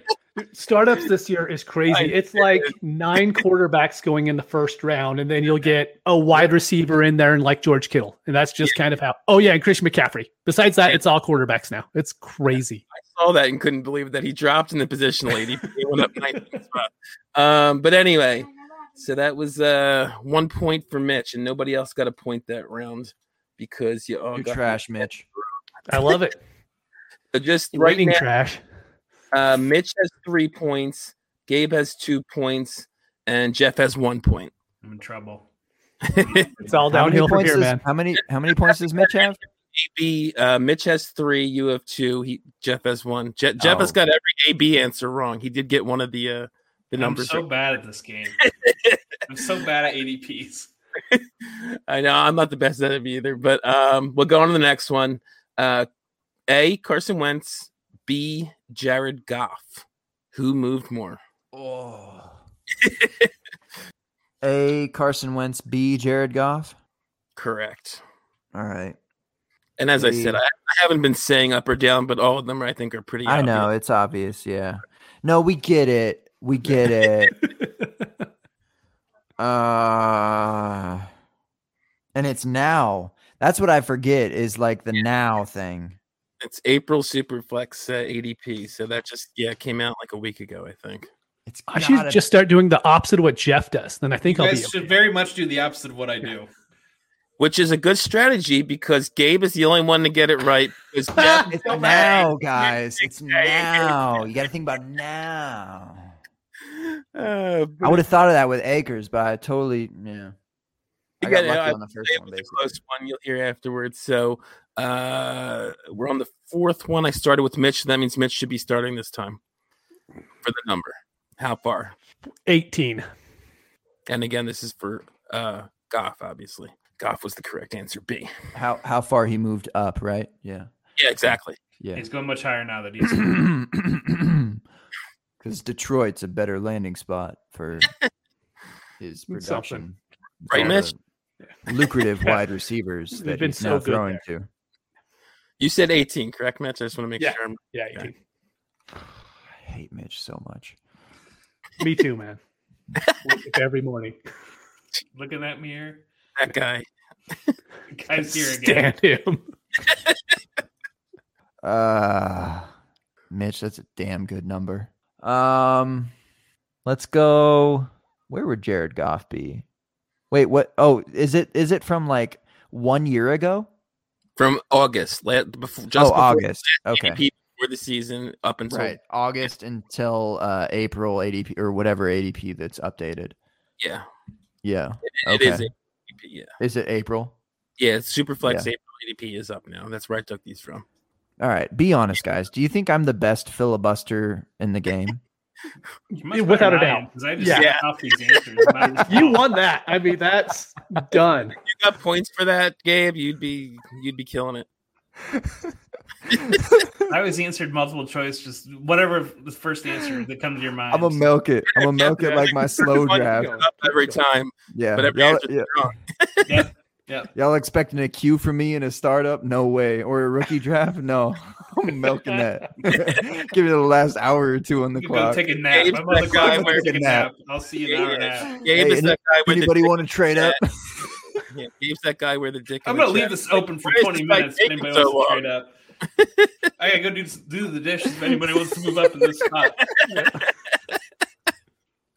Speaker 3: Startups this year is
Speaker 2: I-
Speaker 3: crazy. It's like nine quarterbacks going in the first round, and then you'll get a wide receiver in there and like George Kittle. And that's just kind of how. Oh, yeah. And Christian McCaffrey. Besides that, it's all quarterbacks now. It's crazy.
Speaker 2: saw that and couldn't believe that he dropped in the position lead. He he went up 19 spots. Um, but anyway, so that was uh, one point for Mitch, and nobody else got a point that round because you all
Speaker 4: You're
Speaker 2: got
Speaker 4: trash, Mitch.
Speaker 3: I love it.
Speaker 2: So just right
Speaker 3: Lightning
Speaker 2: now,
Speaker 3: trash.
Speaker 2: uh, Mitch has three points, Gabe has two points, and Jeff has one point.
Speaker 5: I'm in trouble.
Speaker 3: It's all
Speaker 4: How many
Speaker 3: downhill from
Speaker 4: points
Speaker 3: here,
Speaker 4: does-
Speaker 3: man.
Speaker 4: How many? How many points does Mitch have?
Speaker 2: AB, uh, Mitch has three, you have two, he Jeff has one. Je- Jeff has
Speaker 4: Oh.
Speaker 2: got every AB answer wrong. He did get one of the uh, the
Speaker 5: I'm
Speaker 2: numbers.
Speaker 5: so
Speaker 2: right.
Speaker 5: bad at this game. I'm so bad at ADPs.
Speaker 2: I know I'm not the best at it either, but um, we'll go on to the next one. Uh, A. Carson Wentz. B.
Speaker 5: Oh.
Speaker 2: Jared Goff. Who moved more?
Speaker 4: Oh. A. Carson Wentz. B. Jared Goff.
Speaker 2: Correct.
Speaker 4: All right.
Speaker 2: And as I
Speaker 4: The-
Speaker 2: said, I, I haven't been saying up or down, but all of them I think are pretty.
Speaker 4: I
Speaker 2: obvious.
Speaker 4: know it's obvious. Yeah. No, we get it. We get it. uh, and it's now. That's what I forget is like the now thing.
Speaker 2: It's April Superflex uh, ADP, so that just yeah came out like a week ago, I think.
Speaker 4: It's
Speaker 3: I should
Speaker 4: gotta-
Speaker 3: just start doing the opposite of what Jeff does. Then I
Speaker 5: You
Speaker 3: think I'll be.
Speaker 5: guys should very much do the opposite of what I do.
Speaker 2: Which is a good strategy because Gabe is the only one to get it right. Because Jeff-
Speaker 4: It's now, guys. It's now. You got to think about now.
Speaker 2: Uh,
Speaker 4: I would have thought of that with Acres, but I totally yeah. I
Speaker 2: You
Speaker 4: got
Speaker 2: got it.
Speaker 4: lucky
Speaker 2: I
Speaker 4: on the first
Speaker 2: It
Speaker 4: one.
Speaker 2: was a
Speaker 4: basically.
Speaker 2: close one. You'll hear afterwards. So uh, we're on the fourth one. I started with Mitch. That means Mitch should be starting this time for the number. How far?
Speaker 3: 18.
Speaker 2: And again, this is for uh, Goff, obviously. Goff was the correct answer. B.
Speaker 4: How how far he moved up, right? Yeah,
Speaker 2: Yeah, exactly.
Speaker 4: yeah.
Speaker 5: He's going much higher now that he's
Speaker 4: Because Detroit's a better landing spot for his
Speaker 3: Something.
Speaker 4: production. It's
Speaker 2: Right,
Speaker 4: all the
Speaker 2: Mitch?
Speaker 4: Lucrative wide receivers
Speaker 3: They've
Speaker 4: that
Speaker 3: been
Speaker 4: he's
Speaker 3: so
Speaker 4: now
Speaker 3: good
Speaker 4: throwing to.
Speaker 2: You said 18, correct, Mitch? I just want to make
Speaker 3: Yeah.
Speaker 2: sure. I'm-
Speaker 3: Yeah,
Speaker 2: Yeah.
Speaker 3: 18.
Speaker 4: I hate Mitch so much.
Speaker 3: Me too, man. Wake up every morning.
Speaker 5: looking at me here.
Speaker 2: that guy.
Speaker 5: Guys here again.
Speaker 3: Stand him.
Speaker 4: Uh Mitch, that's a damn good number. Um let's go where would Jared Goff be? Wait, what oh, is it is it from like one year ago?
Speaker 2: From August, la- before, just
Speaker 4: oh,
Speaker 2: before
Speaker 4: August. Okay.
Speaker 2: ADP before the season, up until
Speaker 4: right. August until uh April ADP or whatever ADP that's updated.
Speaker 2: yeah,
Speaker 4: Yeah.
Speaker 2: it is
Speaker 4: Okay.
Speaker 2: ADP. Yeah,
Speaker 4: Is it April?
Speaker 2: yeah. it's Superflex April ADP is up now. That's where I took these from.
Speaker 4: All right. Be honest, guys. Do you think I'm the best filibuster in the game?
Speaker 5: You must have
Speaker 3: Without a
Speaker 5: an eye on
Speaker 3: doubt.
Speaker 5: 'em, 'cause I just
Speaker 3: Yeah.
Speaker 5: yeah. off these answers. Mine was
Speaker 3: You
Speaker 5: wrong.
Speaker 3: won that. I mean, that's done.
Speaker 2: you got points for that, Gabe, you'd be you'd be killing it.
Speaker 5: I always answered multiple choice, just whatever the first answer that comes to your mind.
Speaker 4: I'm gonna milk it. I'm gonna milk it like my slow
Speaker 2: Fucking
Speaker 4: draft.
Speaker 2: up every time,
Speaker 4: Yeah.
Speaker 2: but every
Speaker 4: Y'all-
Speaker 2: answer's
Speaker 4: yeah.
Speaker 2: wrong.
Speaker 4: Y'all expecting a cue from me in a startup? No way. Or a rookie draft? No. I'm milking that. Give me the last hour or two on the
Speaker 5: You go
Speaker 4: clock.
Speaker 5: take a nap.
Speaker 2: Gabe's
Speaker 5: I'm on the
Speaker 2: that guy
Speaker 5: clock, I'm
Speaker 2: where-
Speaker 5: taking a nap. I'll see you in an hour and a half.
Speaker 2: Gabe
Speaker 4: Hey,
Speaker 2: is that guy with
Speaker 4: Anybody
Speaker 2: the
Speaker 4: want to trade up?
Speaker 2: yeah, Gabe's that guy where the dick.
Speaker 5: I'm
Speaker 2: in the
Speaker 5: gonna leave
Speaker 2: chat.
Speaker 5: this open for
Speaker 2: Why is
Speaker 5: 20
Speaker 2: this guy
Speaker 5: minutes. If
Speaker 2: taking
Speaker 5: anybody
Speaker 2: so
Speaker 5: wants to trade up, I gotta go do do the dishes. If anybody wants to move up in this spot,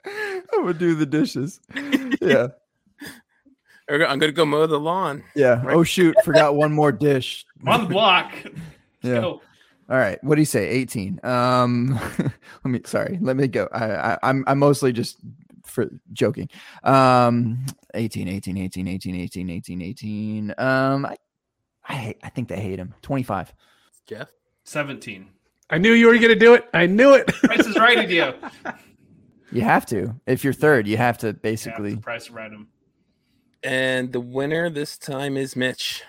Speaker 4: I'm gonna do the dishes. Yeah.
Speaker 2: Or I'm gonna go mow the lawn.
Speaker 4: Yeah. Oh shoot, forgot one more dish.
Speaker 5: on the block.
Speaker 4: Yeah.
Speaker 5: Go.
Speaker 4: All right. What do you say? 18. Um let me sorry, let me go. I, I I'm I'm mostly just for joking. Um 18, 18, 18, 18, 18, 18, 18. Um I I hate, I think they hate him. 25.
Speaker 2: Jeff,
Speaker 5: 17.
Speaker 3: I knew you were going to do it. I knew it.
Speaker 5: Price is right, idea. Yeah,
Speaker 4: You have to. If you're third, you have to
Speaker 5: it's
Speaker 4: basically.
Speaker 5: the price right him.
Speaker 2: and the winner this time is Mitch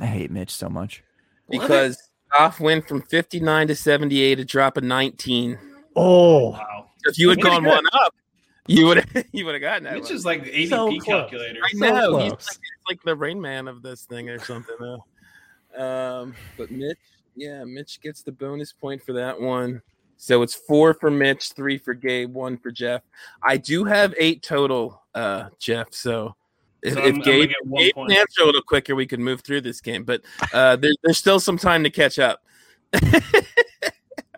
Speaker 4: I hate Mitch so much.
Speaker 2: because Goff went from 59 to 78, a drop of 19.
Speaker 3: Oh,
Speaker 5: Wow.
Speaker 2: If you had
Speaker 5: Pretty
Speaker 2: gone
Speaker 5: good.
Speaker 2: one up, you would you would have gotten that.
Speaker 5: Mitch
Speaker 2: one.
Speaker 5: is like the ADP
Speaker 3: So close.
Speaker 5: calculator.
Speaker 2: I
Speaker 3: so
Speaker 2: know he's like,
Speaker 3: close.
Speaker 2: he's like the rain man of this thing or something. though. Um, but Mitch, yeah, Mitch gets the bonus point for that one. So it's four for Mitch, three for Gabe, one for Jeff. I do have eight total, uh, Jeff. So if,
Speaker 5: So I'm- I'm
Speaker 2: if
Speaker 5: gonna
Speaker 2: Gabe,
Speaker 5: get one
Speaker 2: Gabe
Speaker 5: point.
Speaker 2: can answer a little quicker, we could move through this game. But uh, there, there's still some time to catch up.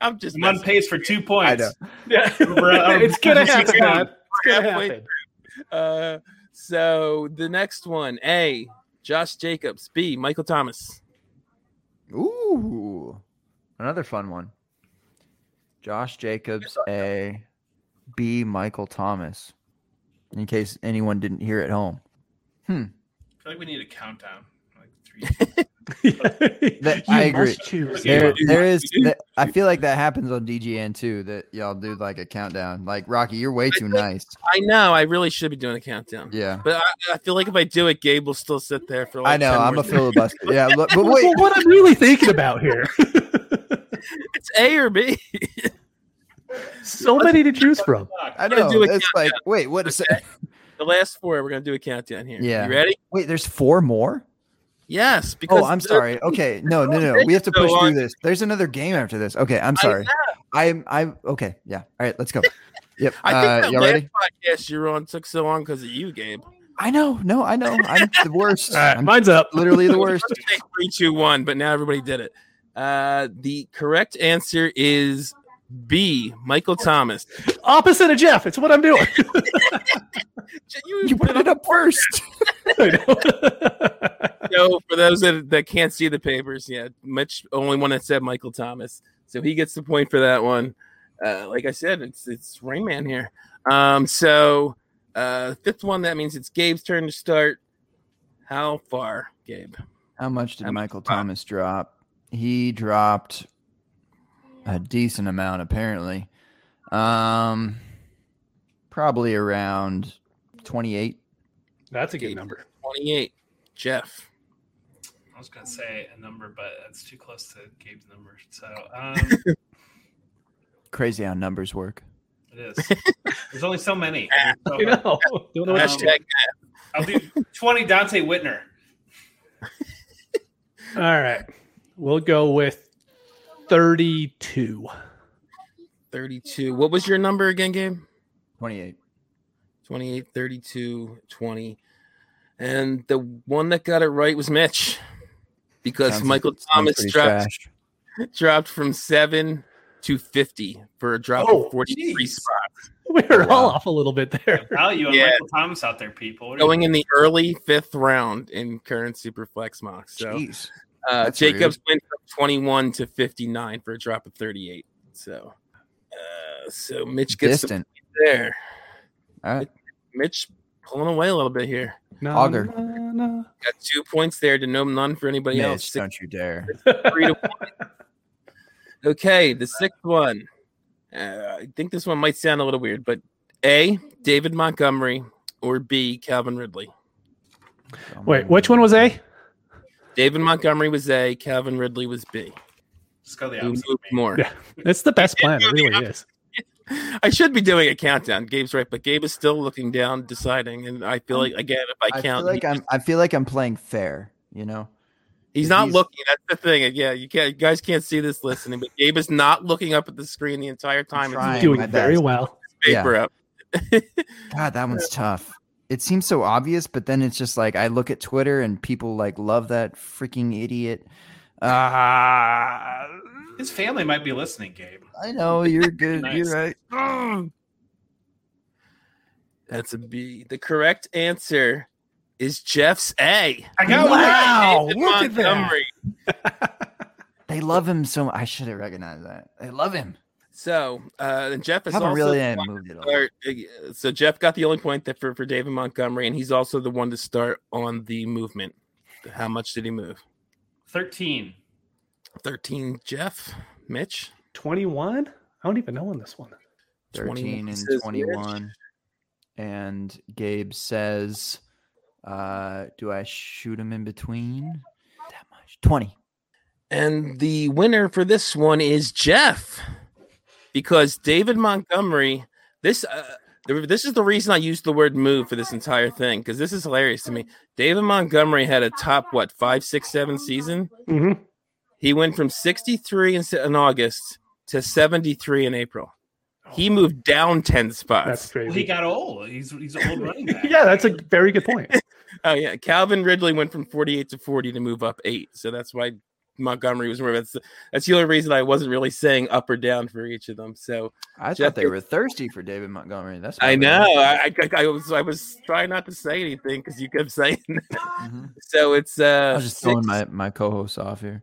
Speaker 2: I'm just
Speaker 5: I'm on
Speaker 2: messing.
Speaker 5: pace for two points. um,
Speaker 4: I know.
Speaker 3: yeah.
Speaker 5: Bro,
Speaker 3: it's going to happen,
Speaker 5: we're
Speaker 3: man. It's going to
Speaker 2: halfway
Speaker 3: happen.
Speaker 2: Uh, so the next one, A. Josh Jacobs, B. Michael Thomas.
Speaker 4: Ooh, another fun one. Josh Jacobs, A, B, Michael Thomas. In case anyone didn't hear at home,
Speaker 5: I feel like we need a countdown. Like three.
Speaker 4: That- I
Speaker 3: You must
Speaker 4: agree.
Speaker 3: choose.
Speaker 2: Yeah,
Speaker 4: there,
Speaker 2: we do.
Speaker 4: there is.
Speaker 2: We do.
Speaker 4: that- I feel like that happens on DGN too. That y'all do like a countdown. Like Rocky, you're way too nice.
Speaker 2: I know. I really should be doing a countdown.
Speaker 4: Yeah,
Speaker 2: But I, I feel like if I do it, Gabe will still sit there for like
Speaker 4: I know.
Speaker 2: 10
Speaker 4: I'm
Speaker 2: more
Speaker 4: a
Speaker 2: seconds.
Speaker 4: filibuster. Yeah, look, but
Speaker 3: Well,
Speaker 4: wait,
Speaker 3: what I'm really thinking about here.
Speaker 2: It's A or B.
Speaker 3: so many to choose from.
Speaker 4: I
Speaker 2: gonna
Speaker 4: know.
Speaker 2: do a
Speaker 4: It's like, wait, what is that?
Speaker 2: the last four. We're gonna do a countdown here.
Speaker 4: Yeah.
Speaker 2: You ready?
Speaker 4: Wait, there's four more?
Speaker 2: Yes. Because
Speaker 4: Oh, I'm
Speaker 2: they're-
Speaker 4: sorry. Okay. No, no, no. We have to
Speaker 2: So
Speaker 4: push
Speaker 2: on-
Speaker 4: through this. There's another game after this. Okay. I'm sorry. I'm, I'm, okay. Yeah. All right. Let's go. Yep.
Speaker 2: I think
Speaker 4: Uh,
Speaker 2: that
Speaker 4: y'all
Speaker 2: last
Speaker 4: ready?
Speaker 2: podcast you're on took so long because of you, Gabe.
Speaker 4: I know. No, I know. I'm the worst.
Speaker 3: All right,
Speaker 4: I'm
Speaker 3: mine's up.
Speaker 4: literally the worst.
Speaker 2: Let's say Three, two, one. But now everybody did it. Uh, the correct answer is B. Michael Thomas.
Speaker 3: Opposite of Jeff. It's what I'm doing.
Speaker 4: You put it up first.
Speaker 3: I know.
Speaker 2: So for those that, that can't see the papers, yeah, Mitch only one that said Michael Thomas, so he gets the point for that one. Uh, like I said, it's it's Rain Man here. Um, so uh, fifth one that means it's Gabe's turn to start. How far, Gabe?
Speaker 4: How much did
Speaker 2: I'm-
Speaker 4: Michael Thomas drop? He dropped a decent amount, apparently. Um, probably around 28.
Speaker 3: That's a good number.
Speaker 2: Twenty-eight. Jeff.
Speaker 5: I was gonna say a number, but that's too close to Gabe's number. So um,
Speaker 4: Crazy how numbers work.
Speaker 5: it is. There's only so many. So,
Speaker 3: You know. Don't know what-
Speaker 5: That's-
Speaker 2: Hashtag
Speaker 5: I'll do 20 Dante Whitner.
Speaker 3: All right. We'll go with 32.
Speaker 2: thirty-two. What was your number again, Gabe?
Speaker 4: 28.
Speaker 2: 28, 32, 20. And the one that got it right was Mitch because
Speaker 4: Sounds-
Speaker 2: Michael
Speaker 4: I'm
Speaker 2: Thomas
Speaker 4: pretty
Speaker 2: dropped
Speaker 4: trash.
Speaker 2: dropped from seven to 50 for a drop
Speaker 3: Oh,
Speaker 2: of 43
Speaker 5: geez.
Speaker 2: spots.
Speaker 3: We were all off a little bit there.
Speaker 5: Value on
Speaker 2: Yeah.
Speaker 5: Michael Thomas out there, people. What do you
Speaker 2: Going in the early fifth round in current Superflex mock. So
Speaker 4: Jeez.
Speaker 2: uh,
Speaker 4: that's
Speaker 2: Jacobs went from 21 to 59 for a drop of 38. So uh, so Mitch gets the
Speaker 4: Distant.
Speaker 2: point there.
Speaker 4: All right.
Speaker 2: Mitch pulling away a little bit here.
Speaker 3: No,
Speaker 4: Auger.
Speaker 3: no,
Speaker 2: Got two points there to no none for anybody else.
Speaker 4: Mitch,
Speaker 2: Six
Speaker 4: don't you dare.
Speaker 2: three
Speaker 3: no.
Speaker 2: to one. Okay, the sixth one. Uh, I think this one might sound a little weird, but A, David Montgomery, or B, Calvin Ridley.
Speaker 4: Oh my
Speaker 3: Wait, which one was A?
Speaker 2: David Montgomery was A, Calvin Ridley was B.
Speaker 5: Just go the
Speaker 2: Who
Speaker 5: opposite.
Speaker 2: moved more?
Speaker 3: Yeah. It's the best plan. It really is.
Speaker 2: I should be doing a countdown. Gabe's right, but Gabe is still looking down, deciding. And I feel like, again, if I
Speaker 4: I
Speaker 2: count,
Speaker 4: feel like
Speaker 2: he-
Speaker 4: I'm. I feel like I'm playing fair. You know.
Speaker 2: he's not
Speaker 4: he's-
Speaker 2: looking. That's the thing. Yeah, you, can't, you guys can't see this listening, but Gabe is not looking up at the screen the entire time.
Speaker 4: trying.
Speaker 2: It's
Speaker 4: Fine, my
Speaker 3: Doing very
Speaker 4: best.
Speaker 3: well.
Speaker 2: his paper up.
Speaker 4: God, that one's tough. It seems so obvious, but then it's just like I look at Twitter and people like love that freaking idiot. Ah,
Speaker 5: His family might be listening, Gabe.
Speaker 4: I know you're good.
Speaker 5: Nice.
Speaker 4: You're right.
Speaker 2: That's a B. The correct answer is Jeff's A.
Speaker 5: I got
Speaker 3: Wow,
Speaker 2: David
Speaker 3: look at that.
Speaker 4: They love him so. I should have recognized that. They love him.
Speaker 2: So, uh, and Jeff is
Speaker 4: haven't
Speaker 2: also
Speaker 4: really
Speaker 2: the
Speaker 4: in
Speaker 2: one
Speaker 4: movie at
Speaker 2: to
Speaker 4: all.
Speaker 2: start- uh, so Jeff got the only point that for for David Montgomery, and he's also the one to start on the movement. How much did he move?
Speaker 5: 13.
Speaker 2: Thirteen. Jeff, Mitch,
Speaker 3: 21? I don't even know on this one.
Speaker 4: 13 and
Speaker 2: says Mitch.
Speaker 4: 21. And Gabe says, uh, Do I shoot him in between? That much. 20.
Speaker 2: And the winner for this one is Jeff, because David Montgomery. This uh, the- this is the reason I used the word "move" for this entire thing because this is hilarious to me. David Montgomery had a top what five, six, seven season.
Speaker 3: hmm
Speaker 2: He went from 63 in, se- in August to 73 in April. He moved down 10
Speaker 3: That's
Speaker 2: spots.
Speaker 5: Well, he
Speaker 3: crazy.
Speaker 5: got old. He's he's an old running back.
Speaker 3: Yeah, that's a very good point.
Speaker 2: Oh, yeah. Calvin Ridley went from 48 to 40 to move up eight. So that's why Montgomery was more. That's, that's the only reason I wasn't really saying up or down for each of them. So
Speaker 4: I
Speaker 2: Jeff
Speaker 4: thought they
Speaker 2: gets-
Speaker 4: were thirsty for David Montgomery. That's
Speaker 2: I
Speaker 4: probably-
Speaker 2: know. I, I, I, was, I was trying not to say anything because you kept saying
Speaker 4: Mhm.
Speaker 2: So it's.
Speaker 4: I
Speaker 2: uh
Speaker 4: was just throwing
Speaker 2: six-
Speaker 4: my, my co hosts off here.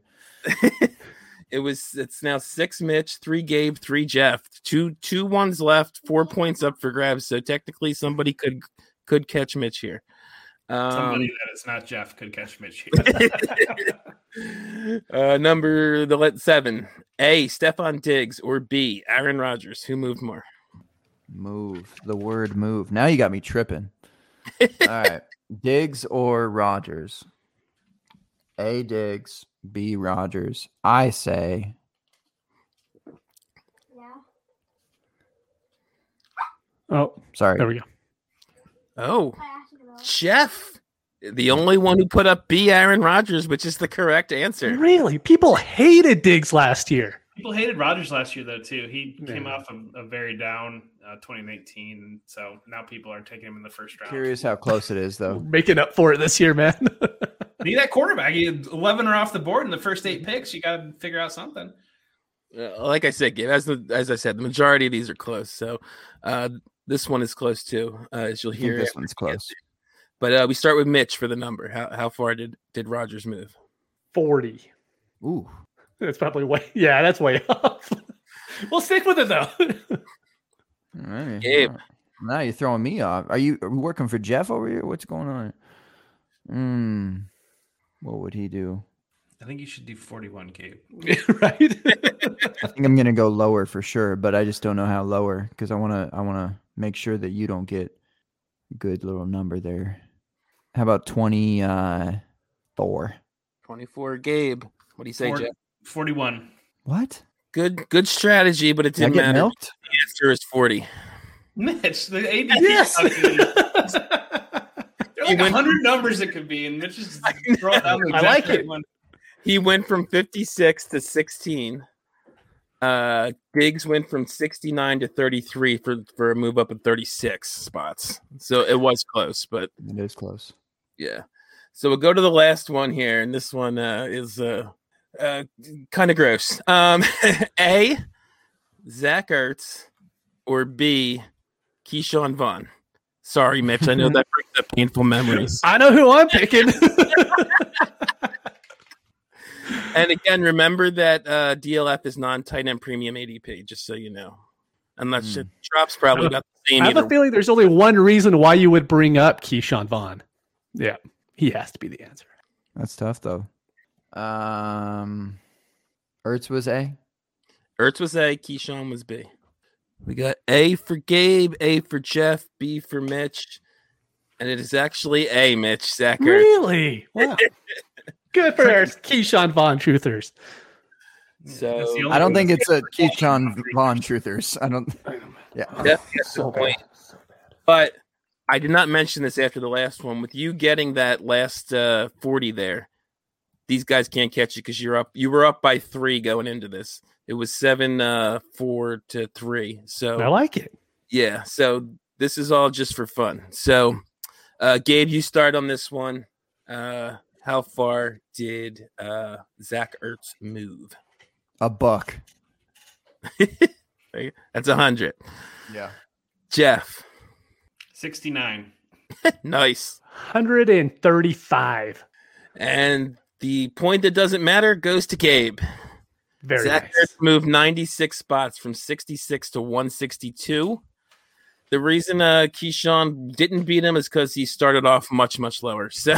Speaker 2: it was it's now six Mitch, three Gabe, three Jeff, two two ones left, four points up for grabs. So technically somebody could could catch Mitch here.
Speaker 5: Somebody
Speaker 2: Um,
Speaker 5: that it's not Jeff could catch Mitch here.
Speaker 2: uh, number the let seven. A Stefan Diggs or B Aaron Rodgers. Who moved more?
Speaker 4: Move. The word move. Now you got me tripping. All right. Diggs or Rogers? A Diggs, B Rogers. I say
Speaker 3: Oh,
Speaker 4: sorry.
Speaker 3: Oh, there we go.
Speaker 2: Oh, Jeff, the only one who put up B Aaron Rodgers, which is the correct answer.
Speaker 3: Really? People hated Diggs last year.
Speaker 5: People hated Rodgers last year though too. He came
Speaker 3: Yeah.
Speaker 5: off a, a very down uh, 2019, so now people are taking him in the first round.
Speaker 4: Curious how close it is
Speaker 3: We're
Speaker 4: though.
Speaker 3: making up for it this year, man.
Speaker 5: Need that quarterback. You had 11 are off the board in the first eight picks. You got to figure out something.
Speaker 2: Uh, like I said, Gabe, as the, as I said, the majority of these are close. So uh, this one is close too, uh, as you'll
Speaker 4: I think
Speaker 2: hear.
Speaker 4: this one's close.
Speaker 2: But uh, we start with Mitch for the number. How how far did did Rodgers move?
Speaker 3: 40.
Speaker 4: Ooh.
Speaker 3: That's probably way. Yeah, that's way off. we'll stick with it though.
Speaker 4: All right.
Speaker 2: Gabe.
Speaker 4: all right. Now you're throwing me off. Are you, are you working for Jeff over here? What's going on? Hmm. What would he do?
Speaker 5: I think you should do 41, Gabe.
Speaker 3: right?
Speaker 4: I think I'm gonna go lower for sure, but I just don't know how lower because I wanna I wanna make sure that you don't get a good little number there. How about twenty uh four?
Speaker 2: Twenty four. Gabe, what do you say,
Speaker 5: Four-
Speaker 2: Jeff?
Speaker 5: 41.
Speaker 4: What?
Speaker 2: Good good strategy, but it
Speaker 4: Did I
Speaker 2: didn't
Speaker 4: get
Speaker 2: matter.
Speaker 4: milked?
Speaker 2: The answer is forty.
Speaker 5: Mitch, the ADP.
Speaker 3: Yes.
Speaker 5: calculator. There are
Speaker 2: He
Speaker 5: like
Speaker 2: went-
Speaker 5: 100 numbers it could be, and Mitch is just throwing out the
Speaker 3: I like
Speaker 5: exact
Speaker 3: it.
Speaker 5: one.
Speaker 2: He went from fifty six to sixteen. Uh, Diggs went from sixty nine to thirty three for for a move up in thirty six spots. So it was close, but
Speaker 4: It is close.
Speaker 2: yeah so we'll go to the last one here and this one uh, is uh, uh, kind of gross um, a zach ertz or b Keyshawn vaughn sorry mitch i know that brings up painful memories
Speaker 3: I know who I'm picking.
Speaker 2: and again remember that uh, dlf is non-tight end premium adp just so you know unless it drops probably about the same
Speaker 3: I have
Speaker 2: either
Speaker 3: a
Speaker 2: way.
Speaker 3: feeling there's only one reason why you would bring up Keyshawn Vaughn. Yeah, he has to be the answer.
Speaker 4: That's tough though. Um Ertz was A.
Speaker 2: ertz was a Keyshawn was b we got a for gabe a for jeff b for mitch and it is actually a mitch zach ertz
Speaker 3: Really? Wow. Good for our Keyshawn Vaughn truthers.
Speaker 2: So-
Speaker 5: That's the only
Speaker 4: I don't
Speaker 5: one
Speaker 4: think it's a Keyshawn Vaughn truthers. I don't yeah.
Speaker 2: Definitely gets the point. But I did not mention this after the last one. With you getting that last uh, forty there, these guys can't catch you because you're up. You were up by three going into this. It was seven uh, four to three. So
Speaker 3: I like it.
Speaker 2: yeah. So this is all just for fun. So uh, Gabe, you start on this one. Uh, how far did uh, Zach Ertz move?
Speaker 4: A buck.
Speaker 2: That's a hundred.
Speaker 4: Yeah.
Speaker 2: Jeff,
Speaker 5: 69.
Speaker 2: nice.
Speaker 3: 135.
Speaker 2: And the point that doesn't matter goes to Gabe.
Speaker 3: Very
Speaker 2: Zach
Speaker 3: nice.
Speaker 2: Ertz moved 96 spots from 66 to 162. The reason uh, Keyshawn didn't beat him is because he started off much, much lower. So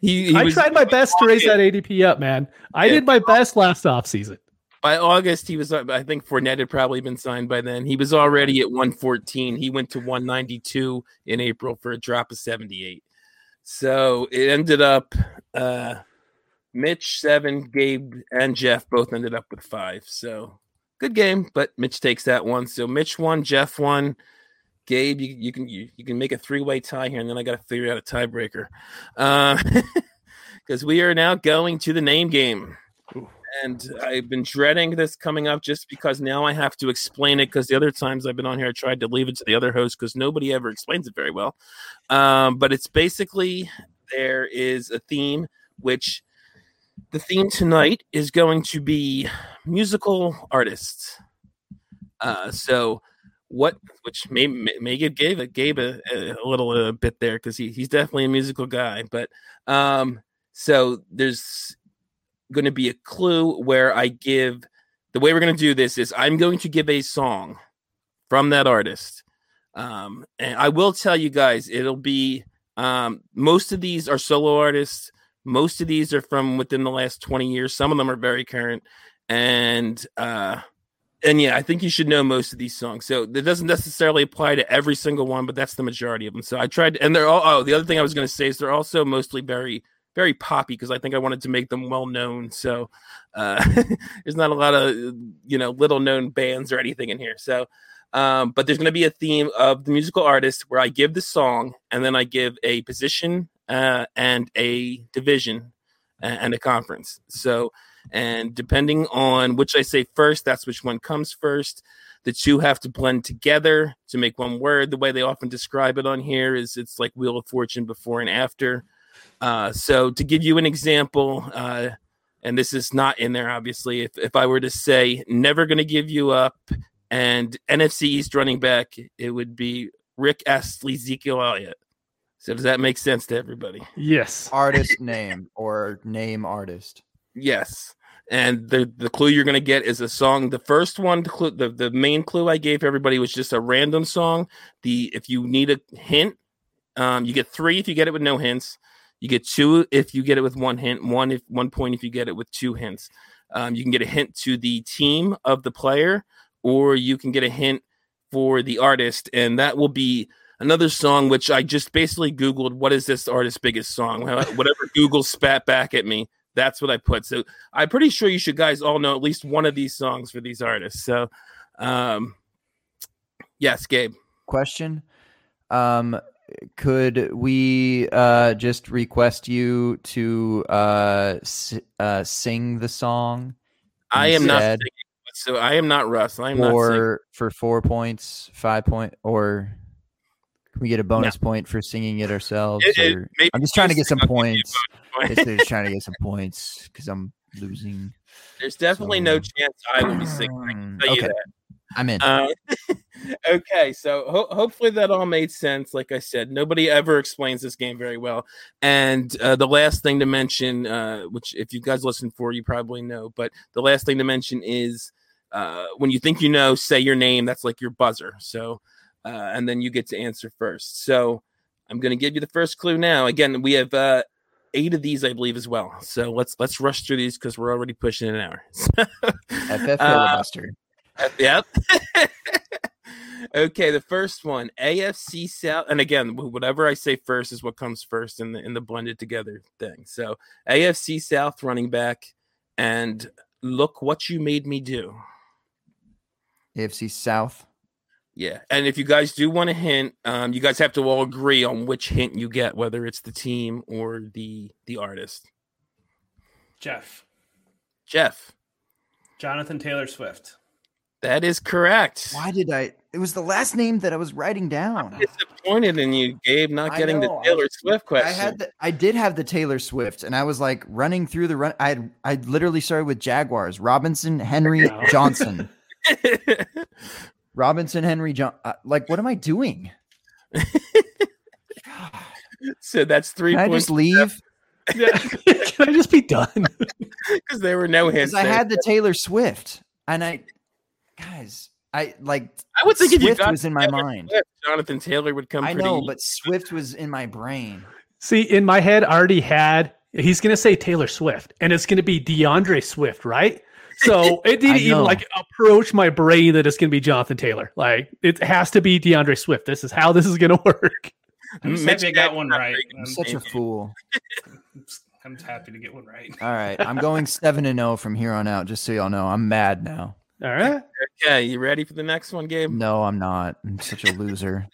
Speaker 2: he, he
Speaker 3: I
Speaker 2: was,
Speaker 3: tried my best to raise that ADP up, man. I did my best last offseason.
Speaker 2: by August, he was, uh, I think Fournette had probably been signed by then. He was already at 114. He went to 192 in April for a drop of 78. So it ended up uh, Mitch, seven, Gabe, and Jeff both ended up with five. So good game, but Mitch takes that one. So Mitch won, Jeff won. Gabe, you, you can you, you can make a three way tie here, and then I got to figure out a tiebreaker, because we are now going to the name game, and I've been dreading this coming up just because now I have to explain it. Because the other times I've been on here, I tried to leave it to the other host because nobody ever explains it very well. Um, but it's basically there is a theme, which the theme tonight is going to be musical artists. Uh, so what which may may may give Gabe a Gabe a, a little uh, bit there because he, he's definitely a musical guy. But um, so there's going to be a clue where I give the way we're going to do this is I'm going to give a song from that artist, um, and I will tell you guys it'll be um, most of these are solo artists. Most of these are from within the last 20 years. Some of them are very current, and uh, and yeah, I think you should know most of these songs. So it doesn't necessarily apply to every single one, but that's the majority of them. So I tried, and they're all. Oh, the other thing I was going to say is they're also mostly very, very poppy because I think I wanted to make them well known. So uh, there's not a lot of you know little known bands or anything in here. So Um, but there's going to be a theme of the musical artist where I give the song and then I give a position uh, and a division a- and a conference. So, and depending on which I say first, that's which one comes first. The two have to blend together to make one word. The way they often describe it on here is it's like Wheel of Fortune before and after. Uh, so, to give you an example, uh, and this is not in there, obviously, if, if I were to say, never going to give you up, and NFC East running back, it would be Rick Astley, Ezekiel Elliott. So does that make sense to everybody?
Speaker 3: Yes.
Speaker 4: Artist name or name artist.
Speaker 2: Yes. And the the clue you're going to get is a song. The first one, the, clue, the the main clue I gave everybody was just a random song. The if you need a hint, um, you get three if you get it with no hints. You get two if you get it with one hint. One if one point if you get it with two hints. Um, you can get a hint to the team of the player, or you can get a hint for the artist, and that will be another song which I just basically Googled. What is this artist's biggest song? Whatever Google spat back at me. That's what I put. So I'm pretty sure you should guys all know at least one of these songs for these artists. So, um, yes, Gabe.
Speaker 4: Question. Um, could we uh, just request you to uh, s- uh, sing the song?
Speaker 2: I am not.
Speaker 4: instead
Speaker 2: Singing, so I am not Russ. I am not. Singing.
Speaker 4: or for four points, five point, or can we get a bonus point for singing it ourselves?
Speaker 2: It- it-
Speaker 4: or-
Speaker 2: maybe
Speaker 4: I'm just trying to
Speaker 2: you
Speaker 4: get some
Speaker 2: sing, I'll give you
Speaker 4: points.
Speaker 2: a bonus point.
Speaker 4: Basically, just trying to get some points because I'm losing.
Speaker 2: There's definitely no
Speaker 4: So-
Speaker 2: chance I would be singing. I can tell you
Speaker 4: Okay.
Speaker 2: that.
Speaker 4: I'm in.
Speaker 2: Uh, okay, so ho- hopefully that all made sense. Like I said, nobody ever explains this game very well. And uh, the last thing to mention, uh, which if you guys listen for, you probably know, but the last thing to mention is uh, when you think you know, say your name. That's like your buzzer. So, uh, and then you get to answer first. So, I'm going to give you the first clue now. Again, we have uh, eight of these, I believe, as well. So let's let's rush through these because we're already pushing an hour.
Speaker 4: FF
Speaker 2: Uh,
Speaker 4: filibuster.
Speaker 2: Yep. okay, the first one, AFC South, and again, wh- whatever I say first is what comes first in the in the blended together thing. So AFC South running back, and look what you made me do.
Speaker 4: AFC South.
Speaker 2: Yeah, and if you guys do want a hint, um, you guys have to all agree on which hint you get, whether it's the team or the the artist.
Speaker 5: Jeff,
Speaker 2: Jeff,
Speaker 5: Jonathan Taylor Swift.
Speaker 2: that is correct.
Speaker 4: Why did I? It was the last name that I was writing down.
Speaker 2: Disappointed in you, Gabe, not
Speaker 4: I
Speaker 2: getting
Speaker 4: know,
Speaker 2: the
Speaker 4: I-
Speaker 2: Taylor Swift question.
Speaker 4: I had the, I did have the Taylor Swift, and I was like running through the run. I had, I literally started with Jaguars, Robinson, Henry,
Speaker 5: Wow.
Speaker 4: Johnson, Robinson, Henry, John. Uh, like, what am I doing?
Speaker 2: so that's three
Speaker 4: Can I
Speaker 2: points
Speaker 4: just leave?
Speaker 3: Yeah. Can I just be done?
Speaker 2: because there were no hints.
Speaker 4: Because I
Speaker 2: there.
Speaker 4: had the Taylor Swift, and I, guys, I like.
Speaker 2: I would think if you
Speaker 4: Swift
Speaker 2: got
Speaker 4: was in my
Speaker 2: Taylor
Speaker 4: mind.
Speaker 2: Swift, Jonathan Taylor would come.
Speaker 4: I
Speaker 2: pretty
Speaker 4: know, but Swift was in my brain.
Speaker 3: See, in my head, I already had he's gonna say Taylor Swift, and it's gonna be DeAndre Swift, right? So it
Speaker 4: I
Speaker 3: didn't
Speaker 4: know.
Speaker 3: even like approach my brain that it's gonna be Jonathan Taylor. Like it has to be DeAndre Swift. This is how this is gonna work.
Speaker 5: I'm just
Speaker 2: Mitch
Speaker 5: happy I got
Speaker 2: Jagger,
Speaker 5: one
Speaker 2: not
Speaker 5: right.
Speaker 2: very good.
Speaker 4: I'm
Speaker 5: I'm,
Speaker 4: such a fool.
Speaker 5: I'm just- I'm just happy to get one right.
Speaker 4: All right, I'm going seven and zero from here on out. Just so y'all know, I'm mad now.
Speaker 3: All right.
Speaker 2: Okay, you ready for the next one, Gabe?
Speaker 4: No, I'm not. I'm such a loser.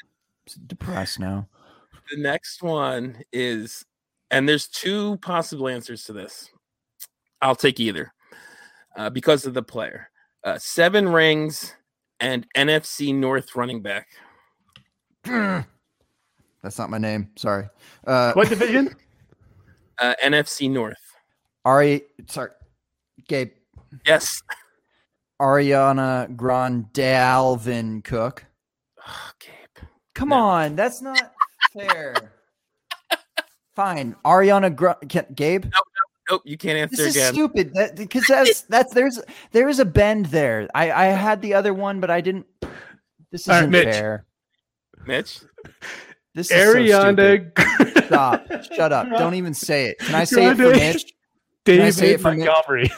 Speaker 4: I'm depressed now.
Speaker 2: The next one is, and there's two possible answers to this. I'll take either uh, because of the player. Uh, seven rings and NFC North running back.
Speaker 4: That's not my name. Sorry. Uh,
Speaker 3: What division?
Speaker 2: Uh, NFC North.
Speaker 4: Ari, sorry, Gabe,
Speaker 2: Yes.
Speaker 4: Ariana Grande Alvin Cook.
Speaker 2: Oh, Gabe.
Speaker 4: Come
Speaker 2: No.
Speaker 4: on, that's not fair. Fine, Ariana Gra- can, Gabe.
Speaker 2: Nope, you can't answer
Speaker 4: This is
Speaker 2: again.
Speaker 4: stupid. That because that's that's there's there is a bend there. I I had the other one, but I didn't. This
Speaker 3: All right,
Speaker 4: isn't
Speaker 3: Mitch.
Speaker 4: fair.
Speaker 2: Mitch.
Speaker 4: This is So stupid.
Speaker 3: Ariana
Speaker 4: Stop. Shut up. Don't even say it. Can I say it for
Speaker 3: Grande.
Speaker 4: Mitch? Can I say it
Speaker 3: David
Speaker 4: for Mitch?
Speaker 3: Montgomery.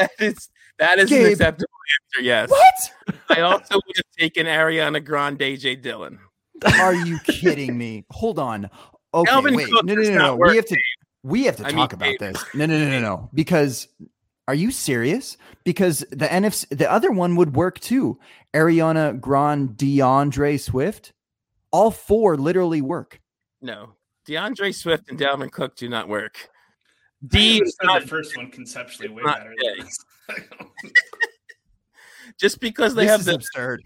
Speaker 2: That is that is an
Speaker 4: Gabe.
Speaker 2: acceptable answer. Yes.
Speaker 4: What?
Speaker 2: I also would have taken Ariana Grande, J. Dillon.
Speaker 4: Are you kidding me? Hold on. Okay,
Speaker 2: Dalvin
Speaker 4: wait.
Speaker 2: Cook
Speaker 4: no, no,
Speaker 2: does
Speaker 4: no,
Speaker 2: not
Speaker 4: no.
Speaker 2: work,
Speaker 4: We have to. We have to
Speaker 2: I mean,
Speaker 4: talk about
Speaker 2: Dave.
Speaker 4: this. No, no, no, no, no. Because Are you serious? Because the NFC, the other one would work too. Ariana Grande, DeAndre Swift, all four literally work.
Speaker 2: No, DeAndre Swift and Dalvin Cook do not work.
Speaker 5: D
Speaker 2: D
Speaker 5: is
Speaker 2: is not
Speaker 5: the first one conceptually way
Speaker 2: not
Speaker 5: better.
Speaker 2: gay.
Speaker 5: Than this.
Speaker 2: just because they
Speaker 4: this
Speaker 2: have
Speaker 4: is
Speaker 2: the
Speaker 4: absurd.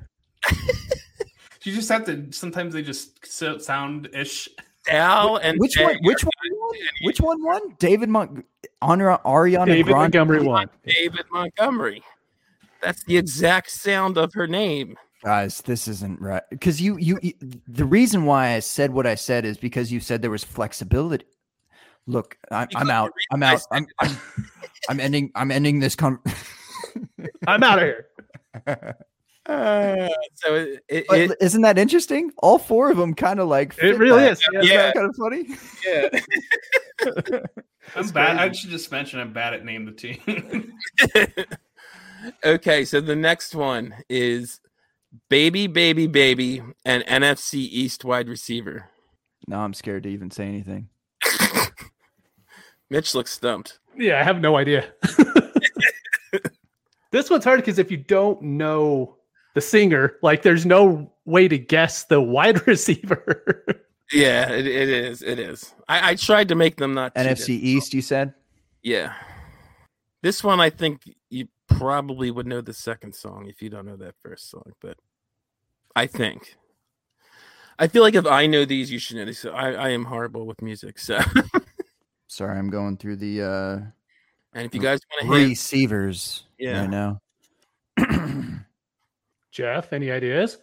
Speaker 5: you just have to. Sometimes they just so, sound ish.
Speaker 2: Al and
Speaker 4: Which
Speaker 2: Jay
Speaker 4: one? Which
Speaker 2: are
Speaker 4: one? won? Which one won? David Mon- Honor Ariana
Speaker 3: David
Speaker 4: Grande.
Speaker 3: Montgomery won.
Speaker 2: David Montgomery. That's the exact sound of her name.
Speaker 4: guys this isn't right because you you you- the reason why i said what i said is because you said there was flexibility look I,
Speaker 2: Because
Speaker 4: i'm
Speaker 2: the
Speaker 4: out i'm
Speaker 2: reason I
Speaker 4: out I'm, I'm, I'm ending i'm ending this con-
Speaker 3: I'm out of here.
Speaker 2: Uh, so it, it,
Speaker 4: but
Speaker 2: it-
Speaker 4: isn't that interesting all four of them kind of like
Speaker 3: It
Speaker 4: fit
Speaker 3: really
Speaker 4: that.
Speaker 3: is.
Speaker 4: Isn't
Speaker 3: Yeah.
Speaker 4: that kind of funny
Speaker 2: yeah.
Speaker 5: I'm bad. I should just mention I'm bad at name the team.
Speaker 2: okay, so the next one is Baby Baby Baby and NFC East wide receiver.
Speaker 4: no i'm scared to even say anything
Speaker 2: Mitch looks stumped.
Speaker 3: Yeah, I have no idea. this one's hard because if you don't know the singer, like there's no way to guess the wide receiver.
Speaker 2: Yeah, it, it is. It is. I, I tried to make them not cheat it.
Speaker 4: nfc east you said
Speaker 2: Yeah. This one I think you probably would know the second song if you don't know that first song, but I think. I feel like if I know these, you should know these. So I, I am horrible with music. So
Speaker 4: sorry i'm going through the uh
Speaker 2: and if you guys want to hit
Speaker 4: receivers
Speaker 2: Yeah.
Speaker 4: right now
Speaker 3: Jeff, any ideas?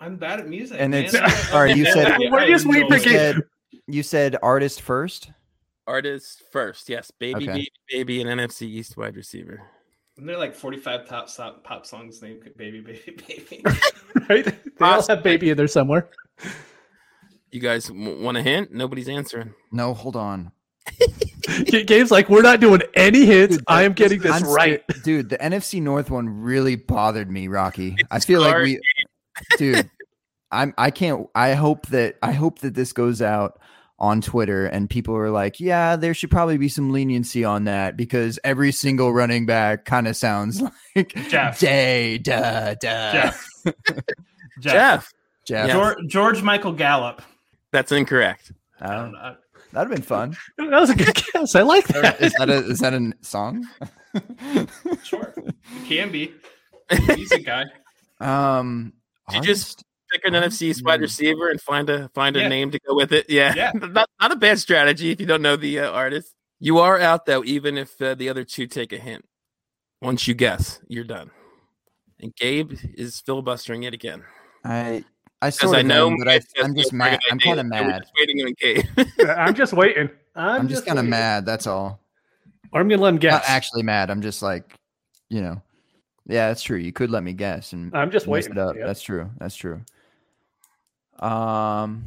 Speaker 5: I'm bad at music.
Speaker 4: And
Speaker 5: man.
Speaker 4: it's- sorry, you said-
Speaker 5: Yeah,
Speaker 3: We're just
Speaker 5: I
Speaker 3: waiting
Speaker 5: know.
Speaker 3: to
Speaker 4: you
Speaker 3: get-
Speaker 4: said, you said artist first
Speaker 2: artists first, yes, baby,
Speaker 4: Okay.
Speaker 2: baby, baby, and NFC East wide receiver.
Speaker 5: And they're like 45 top so- pop songs named Baby Baby Baby.
Speaker 3: Right? They all
Speaker 2: Possibly.
Speaker 3: have baby in there somewhere.
Speaker 2: You guys w- want a hint? Nobody's answering.
Speaker 4: no hold on
Speaker 3: G- Gabe's like, we're not doing any hits.
Speaker 4: Dude,
Speaker 3: I am getting this
Speaker 4: I'm
Speaker 3: right.
Speaker 4: scared- dude. The NFC North one really bothered me, Rocky. I feel like
Speaker 2: hard.
Speaker 4: we, dude. I'm. I can't. I hope that. I hope that this goes out on Twitter and people are like, yeah, there should probably be some leniency on that because every single running back kind of sounds like
Speaker 5: Jeff.
Speaker 4: day, duh, duh. Jeff.
Speaker 5: Jeff.
Speaker 2: Jeff,
Speaker 4: Jeff.
Speaker 2: Yeah.
Speaker 5: George, George Michael Gallup.
Speaker 2: that's incorrect.
Speaker 5: I
Speaker 4: Oh,
Speaker 5: don't know.
Speaker 4: that'd have been fun.
Speaker 3: That was a good guess. I like that.
Speaker 4: is that a is that a song?
Speaker 5: Sure. It can be. He's a music guy.
Speaker 4: um,
Speaker 2: You just- Pick an NFC East wide
Speaker 4: Mm.
Speaker 2: receiver and find a find a
Speaker 5: Yeah.
Speaker 2: name to go with it. Yeah,
Speaker 5: Yeah.
Speaker 2: not not a bad strategy if you don't know the uh, artist. You are out though, even if uh, the other two take a hint. Once you guess, you're done. And Gabe is filibustering it again
Speaker 4: I I
Speaker 2: because
Speaker 4: sort
Speaker 2: I
Speaker 4: of
Speaker 2: know
Speaker 4: know, but I,
Speaker 2: Mitch has
Speaker 4: I'm
Speaker 2: no
Speaker 4: just
Speaker 2: friggin'
Speaker 4: mad. I'm
Speaker 2: idea,
Speaker 4: kind of
Speaker 2: so we're
Speaker 4: mad.
Speaker 2: just waiting on Gabe.
Speaker 3: I'm just waiting. I'm,
Speaker 4: I'm just kind of
Speaker 3: waiting.
Speaker 4: mad. That's all.
Speaker 3: Or I'm going to let him guess.
Speaker 4: Not actually mad. I'm just like, you know, yeah, that's true. You could let me guess and
Speaker 3: I'm just
Speaker 4: mess
Speaker 3: waiting.
Speaker 4: it up.
Speaker 3: Yep.
Speaker 4: That's true. That's true. Um,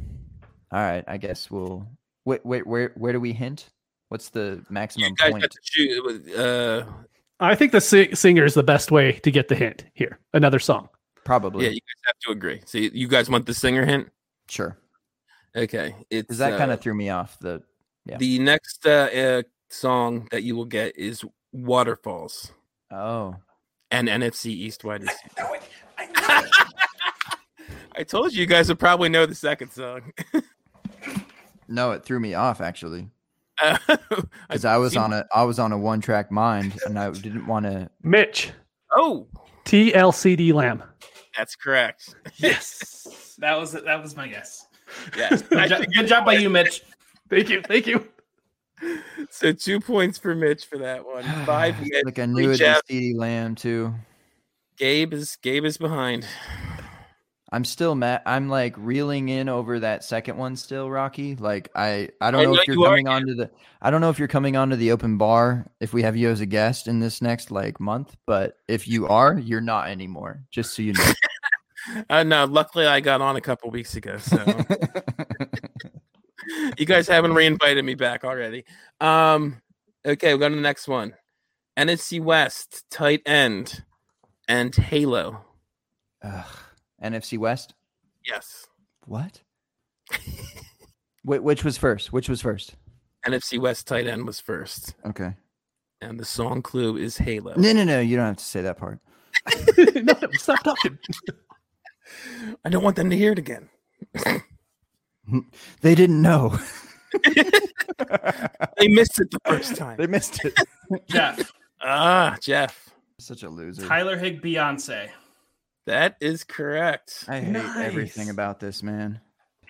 Speaker 4: all right. I guess we'll wait. Wait, where where do we hint? What's the
Speaker 2: you
Speaker 4: maximum
Speaker 2: guys
Speaker 4: point?
Speaker 2: have to choose. Uh,
Speaker 3: I think the si- singer is the best way to get the hint here. Another song.
Speaker 4: Probably.
Speaker 2: yeah, you guys have to agree. So you, you guys want the singer hint?
Speaker 4: Sure.
Speaker 2: Okay, it's
Speaker 4: Because that kind
Speaker 2: uh,
Speaker 4: of threw me off. The yeah.
Speaker 2: the next uh, uh, song that you will get is Waterfalls
Speaker 4: oh,
Speaker 2: and NFC East wide receiver.
Speaker 5: No, I- I know
Speaker 2: I told you you guys would probably know the second song.
Speaker 4: no, it threw me off actually.
Speaker 2: Uh,
Speaker 4: Because I was on a I was on a one track mind and I didn't want to.
Speaker 3: Mitch,
Speaker 2: oh,
Speaker 3: TLCD Lamb.
Speaker 2: that's correct.
Speaker 5: Yes. That was that was my guess.
Speaker 2: Yes.
Speaker 5: Good job, good job by you, Mitch.
Speaker 3: Thank you. Thank you.
Speaker 2: so two points for Mitch for that one. Five. Mitch.
Speaker 4: like I
Speaker 2: three
Speaker 4: knew it
Speaker 2: Jeff.
Speaker 4: was CD Lamb too.
Speaker 2: Gabe is Gabe is behind.
Speaker 4: I'm still mad. I'm like reeling in over that second one still, Rocky. Like I, I don't
Speaker 2: I
Speaker 4: know,
Speaker 2: know
Speaker 4: if you're
Speaker 2: you are,
Speaker 4: coming onto the. I don't know if you're coming onto the open bar if we have you as a guest in this next like month. But if you are, you're not anymore. Just so you know.
Speaker 2: Uh, no, luckily I got on a couple weeks ago, so you guys haven't reinvited me back already. Um, okay, we go to the next one. NFC West tight end and Halo.
Speaker 4: Ugh. NFC West.
Speaker 2: Yes,
Speaker 4: What? Wait, which was first? Which was first?
Speaker 2: NFC West tight end was first.
Speaker 4: Okay.
Speaker 2: and the song clue is Halo.
Speaker 4: No, no, no. You don't have to say that part.
Speaker 3: no, stop talking.
Speaker 2: I don't want them to hear it again.
Speaker 4: They didn't know.
Speaker 2: They missed it the first time.
Speaker 4: They missed it.
Speaker 5: Jeff,
Speaker 2: Ah, Jeff.
Speaker 4: Such a loser.
Speaker 5: Tyler Hig, Beyonce.
Speaker 2: That is correct.
Speaker 4: I hate
Speaker 5: Nice.
Speaker 4: everything about this man.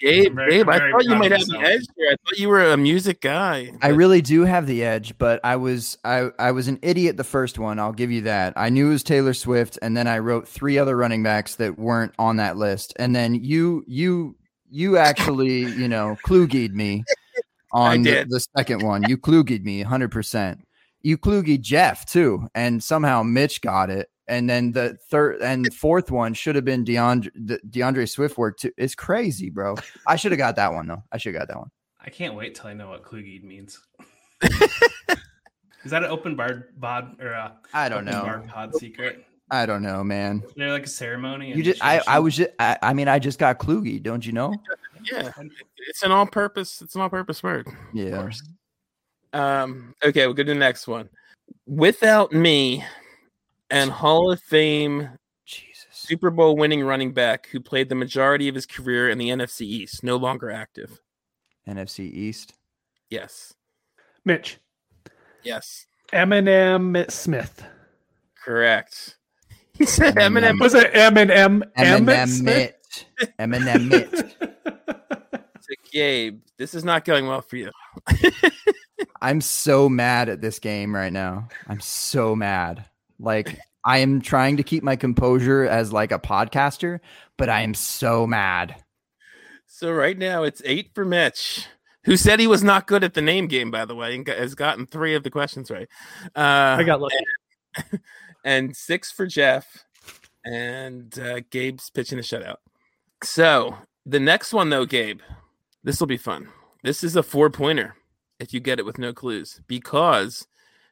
Speaker 2: Gabe,
Speaker 5: I'm very-
Speaker 2: Gabe, I
Speaker 5: very
Speaker 2: thought you
Speaker 5: proud
Speaker 2: might
Speaker 5: of
Speaker 2: have the
Speaker 5: myself.
Speaker 2: edge here. I thought you were a music guy.
Speaker 4: I really do have the edge, but I was I, I was an idiot the first one. I'll give you that. I knew it was Taylor Swift, and then I wrote three other running backs that weren't on that list. And then you you you actually you know kloogied me on the,
Speaker 2: did.
Speaker 4: the second one. You kloogied me 100. percent You kloogied Jeff too, and somehow Mitch got it. And then the third and fourth one should have been DeAndre the DeAndre Swift work too. It's crazy, bro. I should have got that one though. I should have got that one.
Speaker 5: I can't wait till I know what Kluge means. is that an open bar bod or a
Speaker 4: I don't
Speaker 5: open
Speaker 4: know.
Speaker 5: bar pod secret?
Speaker 4: I don't know, man.
Speaker 5: Is there like a ceremony?
Speaker 4: You just, I, I
Speaker 5: initiation?
Speaker 4: was just, I, I mean, I just got kloogie, don't you know?
Speaker 2: Yeah, it's an all-purpose. It's an all-purpose word.
Speaker 4: Yeah.
Speaker 5: course.
Speaker 2: Um, okay, we'll go to the next one. Without me, and Hall of Fame
Speaker 4: Jesus.
Speaker 2: Super Bowl winning running back who played the majority of his career in the NFC East, no longer active.
Speaker 4: NFC East.
Speaker 2: Yes,
Speaker 3: Mitch,
Speaker 2: yes,
Speaker 3: Eminem Smith.
Speaker 2: correct. um, He said
Speaker 4: Eminem.
Speaker 2: Eminem.
Speaker 3: Was it Eminem Emmett
Speaker 4: Eminem
Speaker 3: Smith?
Speaker 4: Mitt. Eminem Mitt.
Speaker 2: to Gabe, this is not going well for you.
Speaker 4: I'm so mad at this game right now. I'm so mad. Like, I am trying to keep my composure as like a podcaster, but I am so mad.
Speaker 2: So right now it's eight for Mitch, who said he was not good at the name game, by the way, and got- has gotten three of the questions right. Uh,
Speaker 3: I got lucky.
Speaker 2: and six for Jeff, and uh, Gabe's pitching a shutout. So the next one, though, Gabe, this will be fun. This is a four pointer if you get it with no clues, because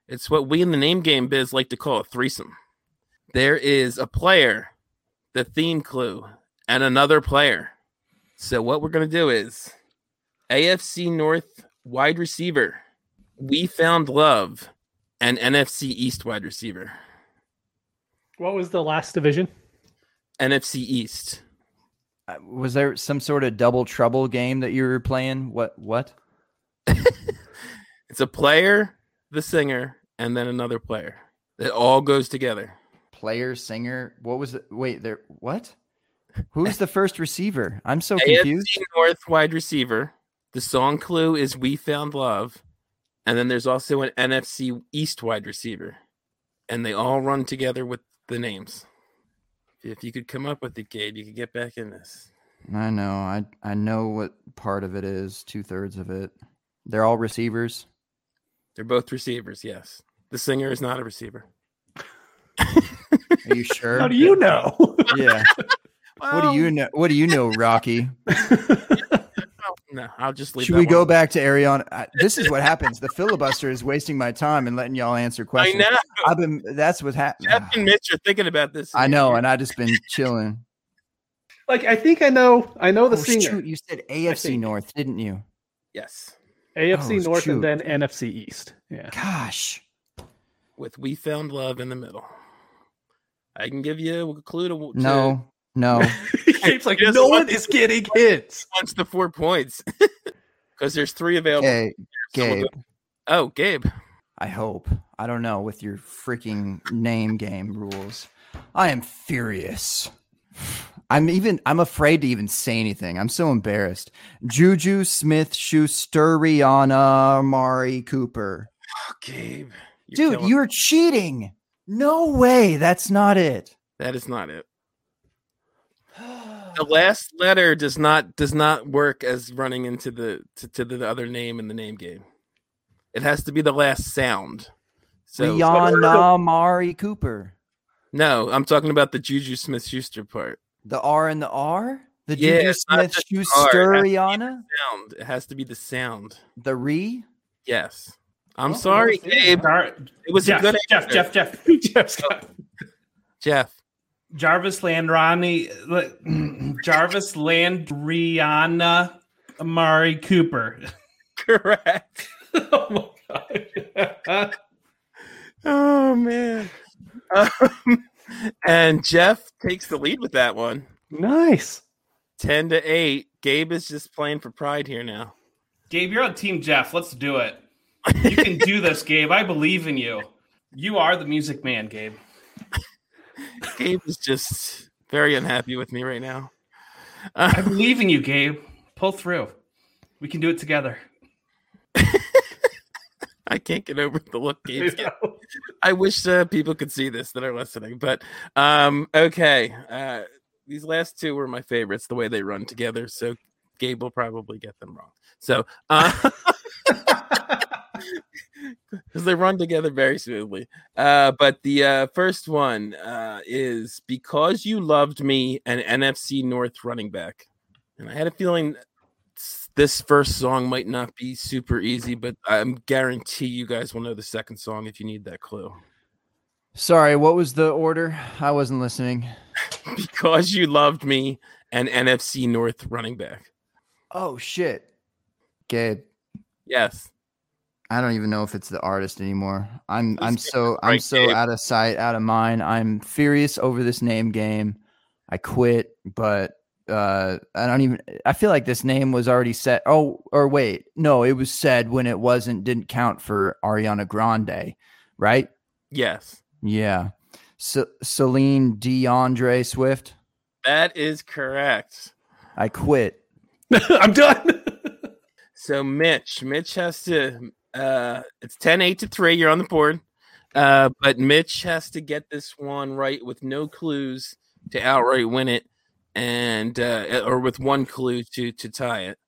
Speaker 2: it's what we in the name game biz like to call a threesome. There is a player, the theme clue, and another player. So what we're gonna do is AFC North wide receiver, we found love, and NFC East wide receiver.
Speaker 3: What was the last division?
Speaker 2: NFC East.
Speaker 4: Uh, Was there some sort of double trouble game that you were playing? What, what?
Speaker 2: It's a player, the singer, and then another player. It all goes together.
Speaker 4: Player, singer? What was it? Wait, there, what? Who's the first receiver? I'm so confused.
Speaker 2: AFC North wide receiver. The song clue is "We Found Love," and then there's also an NFC East wide receiver, and they all run together with the names. If you could come up with it, Gabe, you could get back in this.
Speaker 4: I know. I I know what part of it is. Two thirds of it. They're all receivers.
Speaker 2: They're both receivers. Yes, the singer is not a receiver.
Speaker 4: Are you sure?
Speaker 3: How do you know?
Speaker 4: yeah. what do you know? What do you know, Rocky?
Speaker 2: No, I'll just leave.
Speaker 4: Should
Speaker 2: that
Speaker 4: we go
Speaker 2: one.
Speaker 4: back to Ariana? I- This is what happens. The filibuster is wasting my time and letting y'all answer
Speaker 2: I
Speaker 4: questions.
Speaker 2: know.
Speaker 4: I've been. That's what
Speaker 2: Jeff and
Speaker 4: happened.
Speaker 2: Mitch are thinking about this.
Speaker 4: I know, and I just been chilling.
Speaker 3: like I think I know. I know the
Speaker 4: Oh,
Speaker 3: singer.
Speaker 4: shoot, you said AFC
Speaker 3: think.
Speaker 4: North, didn't you?
Speaker 2: yes,
Speaker 3: AFC
Speaker 4: Oh,
Speaker 3: North
Speaker 4: shoot.
Speaker 3: and then NFC East. Yeah.
Speaker 4: Gosh.
Speaker 2: with "We Found Love" in the middle. I can give you a clue to to-
Speaker 4: No. No.
Speaker 3: Gabe's like,
Speaker 2: Just
Speaker 3: no
Speaker 2: one-
Speaker 3: one is getting hits.
Speaker 2: wants the four points because there's three available.
Speaker 4: Hey,
Speaker 2: So we'll
Speaker 4: Gabe.
Speaker 2: go- Oh, Gabe.
Speaker 4: I hope. I don't know with your freaking name game rules. I am furious. I'm even I'm afraid to even say anything. I'm so embarrassed. Juju Smith Schusteriana Mari Cooper.
Speaker 2: Oh, Gabe. You're
Speaker 4: Dude,
Speaker 2: killing-
Speaker 4: you're cheating. No way. That's not it.
Speaker 2: that is not it. The last letter does not does not work as running into the to, to the other name in the name game. It has to be the last sound. So
Speaker 4: Rihanna Mari Cooper.
Speaker 2: no, I'm talking about the Juju Smith Schuster part.
Speaker 4: The R and the R? The
Speaker 2: Yeah,
Speaker 4: Juju
Speaker 2: it's not
Speaker 4: Smith
Speaker 2: just the R, it has to be the
Speaker 4: Schusteriana?
Speaker 2: Sound. It has to be the sound.
Speaker 4: The re?
Speaker 2: Yes. I'm sorry, Gabe.
Speaker 5: Jar-
Speaker 2: It was
Speaker 5: Jeff,
Speaker 2: a good
Speaker 5: Jeff,
Speaker 2: answer.
Speaker 5: Jeff, Jeff,
Speaker 3: Jeff's got-
Speaker 2: Jeff.
Speaker 5: Jarvis Landrani, le- Jarvis Landriana Amari Cooper.
Speaker 2: Correct.
Speaker 5: oh my god.
Speaker 2: Oh man. Um, and Jeff takes the lead with that one.
Speaker 3: Nice.
Speaker 2: Ten to eight. Gabe is just playing for pride here now.
Speaker 5: Gabe, you're on Team Jeff. Let's do it. You can do this, Gabe. I believe in you. You are the music man, Gabe.
Speaker 2: Gabe is just very unhappy with me right now.
Speaker 5: I believe in you, Gabe. Pull through. We can do it together.
Speaker 2: I can't get over the look Gabe's getting. I wish uh, people could see this that are listening, but um, okay. Uh, these last two were my favorites, the way they run together. So Gabe will probably get them wrong. So uh, because they run together very smoothly. Uh, but the uh, first one uh, is because you loved me, an NFC North running back, and I had a feeling. s- This first song might not be super easy, but I'm guarantee you guys will know the second song if you need that clue.
Speaker 4: Sorry, what was the order? I wasn't listening.
Speaker 2: because you loved me and NFC North running back.
Speaker 4: Oh shit, Gabe.
Speaker 2: Yes.
Speaker 4: I don't even know if it's the artist anymore. I'm I'm
Speaker 2: Who's
Speaker 4: so I'm
Speaker 2: right,
Speaker 4: so
Speaker 2: Gabe?
Speaker 4: out of sight, out of mind. I'm furious over this name game. I quit, but uh I don't even I feel like this name was already set. Oh, or wait. No, it was said when it wasn't didn't count for Ariana Grande, right?
Speaker 2: Yes.
Speaker 4: Yeah. So Celine DeAndre Swift.
Speaker 2: That is correct.
Speaker 4: I quit.
Speaker 3: I'm done.
Speaker 2: So Mitch, Mitch has to uh it's 10 8 to 3. You're on the board. Uh, but Mitch has to get this one right with no clues to outright win it and uh or with one clue to to tie it.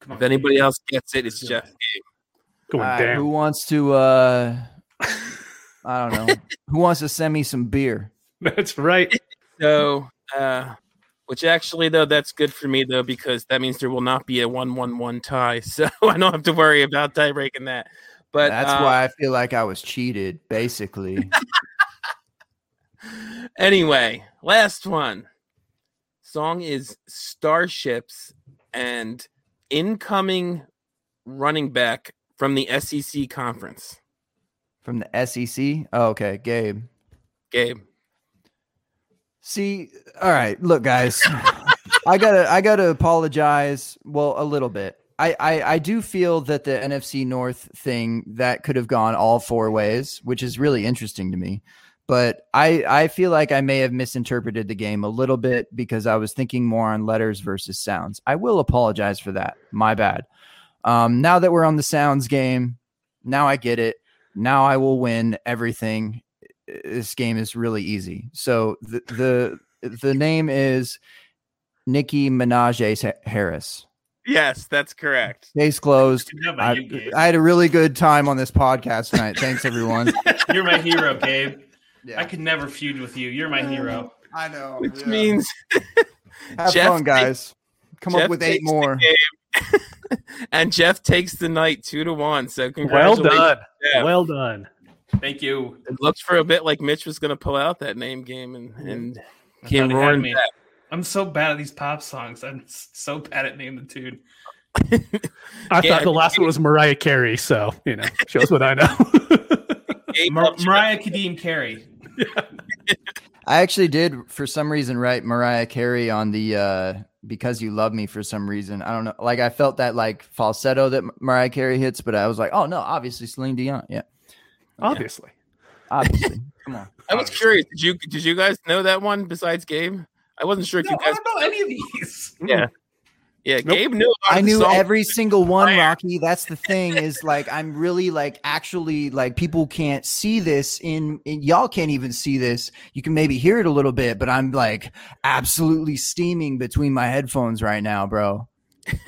Speaker 5: Come on.
Speaker 2: If anybody else gets it, it's Jeff.
Speaker 3: Going
Speaker 4: All right,
Speaker 3: down.
Speaker 4: who wants to uh I don't know. who wants to send me some beer?
Speaker 3: That's right.
Speaker 2: So, uh, which actually though that's good for me though because that means there will not be a one-one-one tie, so I don't have to worry about tie breaking that. But
Speaker 4: That's
Speaker 2: uh,
Speaker 4: why I feel like I was cheated, basically.
Speaker 2: Anyway, last one. Song is Starships and incoming running back from the SEC conference.
Speaker 4: From the SEC. Oh, okay, Gabe.
Speaker 2: Gabe,
Speaker 4: See, all right, look, guys. I gotta I gotta apologize. Well, a little bit. I, I, I do feel that the NFC North thing that could have gone all four ways, which is really interesting to me. But I, I feel like I may have misinterpreted the game a little bit because I was thinking more on letters versus sounds. I will apologize for that. My bad. Um, now that we're on the sounds game, now I get it. Now I will win everything. This game is really easy. So the the, the name is Nicki Minaj Ha- Harris.
Speaker 2: yes, that's correct.
Speaker 4: Case closed.
Speaker 5: Good job by
Speaker 4: I,
Speaker 5: you, Gabe.
Speaker 4: I had a really good time on this podcast tonight. Thanks everyone.
Speaker 5: You're my hero, Gabe.
Speaker 4: Yeah,
Speaker 5: I could never feud with you. You're my hero.
Speaker 4: I know.
Speaker 2: Which
Speaker 4: yeah.
Speaker 2: means
Speaker 4: have
Speaker 2: Jeff
Speaker 4: fun, guys. Come
Speaker 2: Jeff
Speaker 4: up with eight
Speaker 2: takes the
Speaker 4: more.
Speaker 2: game. and Jeff takes the night two to one. So
Speaker 3: Well
Speaker 2: congratulations.
Speaker 3: done.
Speaker 2: Jeff.
Speaker 3: Well done.
Speaker 5: Thank you.
Speaker 2: it looked for a bit like Mitch was going to pull out that name game and and
Speaker 5: I
Speaker 2: came
Speaker 5: thought he had
Speaker 2: roaring
Speaker 5: me.
Speaker 2: back.
Speaker 5: I'm so bad at these pop songs. I'm s- so bad at naming the tune.
Speaker 3: I
Speaker 2: Yeah,
Speaker 3: thought the last one was Mariah Carey, so you know shows what I know.
Speaker 2: Gabe
Speaker 5: Mar-
Speaker 2: helped you
Speaker 5: Mariah Kadeem Carey.
Speaker 4: I actually did for some reason write Mariah Carey on the uh because you love me for some reason. I don't know. Like I felt that like falsetto that Mariah Carey hits, but I was like, oh no, obviously Celine Dion. Yeah,
Speaker 3: Obviously,
Speaker 4: obviously. Come on.
Speaker 2: I was curious. Did you did you guys know that one besides Gabe? I wasn't sure if
Speaker 5: No,
Speaker 2: you
Speaker 5: I
Speaker 2: guys.
Speaker 5: don't know any of these.
Speaker 2: Yeah, yeah. Gabe knew. about
Speaker 4: I
Speaker 2: the
Speaker 4: knew
Speaker 2: song.
Speaker 4: every single one,
Speaker 2: Fire.
Speaker 4: Rocky. That's the thing is like I'm really like actually like people can't see this in, in y'all can't even see this. You can maybe hear it a little bit, but I'm like absolutely steaming between my headphones right now, bro.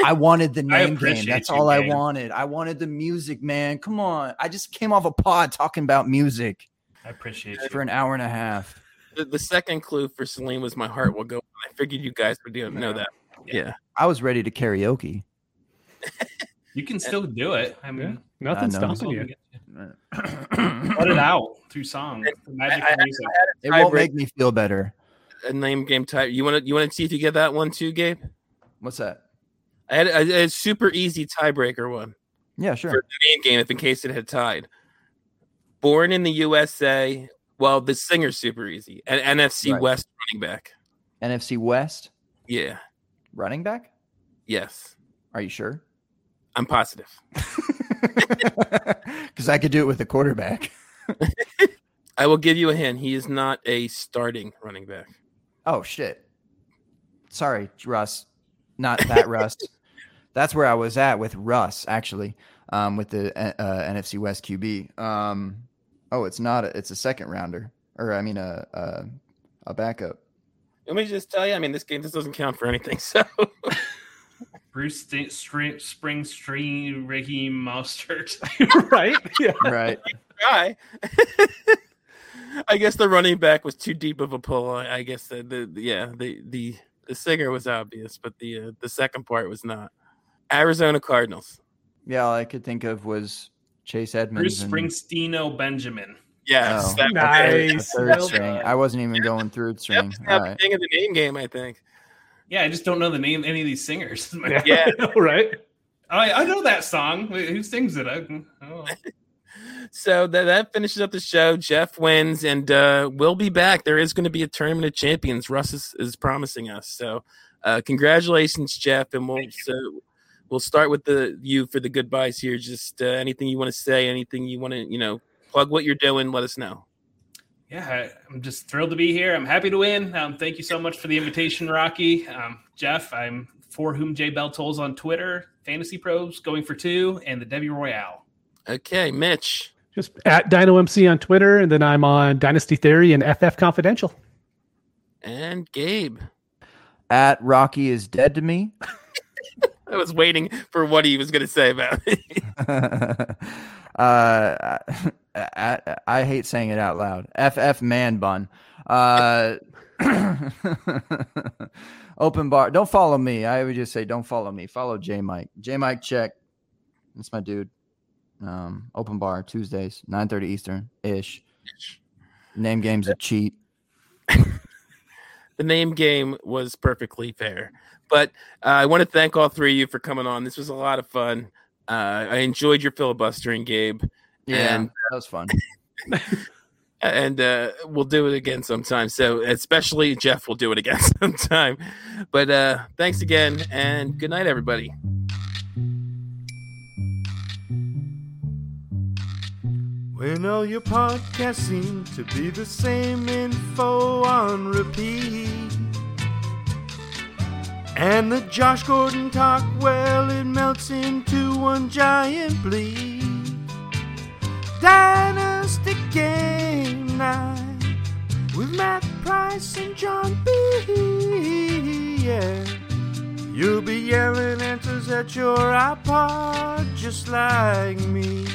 Speaker 4: I wanted the
Speaker 5: I
Speaker 4: name game.
Speaker 5: appreciate
Speaker 4: That's
Speaker 5: you,
Speaker 4: all I
Speaker 5: Gabe.
Speaker 4: wanted. I wanted the music, man. Come on. I just came off a pod talking about music
Speaker 5: I appreciate you.
Speaker 4: for an hour and a half.
Speaker 2: The, the second clue for Celine was "My Heart Will Go On." I figured you guys would do- know that. Yeah.
Speaker 4: I was ready to karaoke.
Speaker 5: You can still do it. I mean,
Speaker 3: nothing's
Speaker 4: I know.
Speaker 3: stopping you.
Speaker 5: let it out through song. It's the magic
Speaker 2: I- I-
Speaker 5: of music.
Speaker 4: It
Speaker 2: I
Speaker 4: won't
Speaker 2: re-
Speaker 4: make me feel better.
Speaker 2: A name game type. You want to you want to see if you get that one too, Gabe?
Speaker 4: What's that?
Speaker 2: I had a, a super easy tiebreaker one
Speaker 4: Yeah, sure.
Speaker 2: for the name game, if in case it had tied. Born in the USA. Well, the singer's super easy. And NFC
Speaker 4: Right.
Speaker 2: West running back.
Speaker 4: NFC West
Speaker 2: Yeah.
Speaker 4: running back?
Speaker 2: Yes.
Speaker 4: Are you sure?
Speaker 2: I'm positive.
Speaker 4: Because I could do it with a quarterback.
Speaker 2: I will give you a hint. He is not a starting running back.
Speaker 4: Oh shit. Sorry, Russ. Not that Russ. That's where I was at with Russ actually, um, with the uh, uh, NFC West QB. Um, oh, it's not. A, it's a second rounder, or I mean a a, a backup.
Speaker 2: Let me just tell you. I mean, this game this doesn't count for anything. So
Speaker 5: Bruce St- Spring Spring Stream Ricky Mustard.
Speaker 3: right? Yeah.
Speaker 4: Right.
Speaker 2: try. I guess the running back was too deep of a pull. I, I guess the, the yeah the the the singer was obvious, but the uh, the second part was not. Arizona Cardinals.
Speaker 4: yeah, all I could think of was Chase Edmonds.
Speaker 5: Bruce
Speaker 4: and
Speaker 5: Springsteeno Benjamin.
Speaker 2: Yes,
Speaker 4: Oh.
Speaker 2: that-
Speaker 3: Nice.
Speaker 4: the
Speaker 5: Well
Speaker 4: Third string.
Speaker 5: done.
Speaker 4: I wasn't even going third
Speaker 2: That
Speaker 4: string.
Speaker 2: was the
Speaker 4: All right.
Speaker 2: thing of the name game, I think.
Speaker 5: Yeah, I just don't know the name of any of these singers.
Speaker 2: Yeah.
Speaker 3: right?
Speaker 5: I, I know that song. Wait, Who sings it? I, oh.
Speaker 2: So that that finishes up the show. Jeff wins, and uh, we'll be back. There is going to be a tournament of champions. Russ is, is promising us. So uh, congratulations, Jeff, and we'll so we'll start with the you for the goodbyes here. Just uh, anything you want to say, anything you want to you know plug what you're doing. Let us know.
Speaker 5: Yeah, I- I'm just thrilled to be here. I'm happy to win. Um, thank you so much for the invitation, Rocky. Um, Jeff, I'm for whom J Bell tolls on Twitter, Fantasy Pros going for two, and the Debbie Royale.
Speaker 2: Okay, Mitch.
Speaker 3: Just at DynoMC on Twitter, and then I'm on Dynasty Theory and FF Confidential.
Speaker 2: And Gabe,
Speaker 4: At Rocky is dead to me.
Speaker 2: I was waiting for what he was going to say about it.
Speaker 4: uh, I, I, I hate saying it out loud. FF man bun. Uh, open bar. Don't follow me. I would just say don't follow me. Follow J Mike. J Mike check. That's my dude. Um, open bar Tuesdays, nine thirty Eastern ish. Name game's a cheat.
Speaker 2: the name game was perfectly fair. But uh, I want to thank all three of you for coming on. This was a lot of fun. Uh, I enjoyed your filibustering, Gabe,
Speaker 4: Yeah,
Speaker 2: And-
Speaker 4: that was fun.
Speaker 2: and uh, we'll do it again sometime. So, especially Jeff will do it again sometime. But uh, thanks again, and good night, everybody.
Speaker 6: When all your podcasts seem to be the same info on repeat. And the Josh Gordon talk, well, it melts into one giant bleed. Dynasty Game Night with Matt Price and John B. Yeah. You'll be yelling answers at your iPod just like me.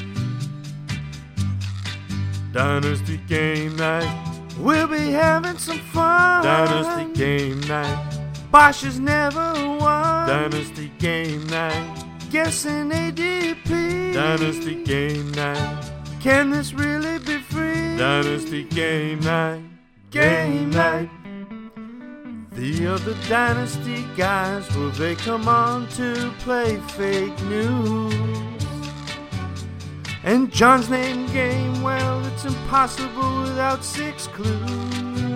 Speaker 6: Dynasty game night. We'll be having some fun. Dynasty game night. Bosch has never won. Dynasty game night. Guessing ADP. Dynasty game night. Can this really be free? Dynasty game night. Game night. The other dynasty guys, will they come on to play fake news? And John's name game, well, it's impossible without six clues.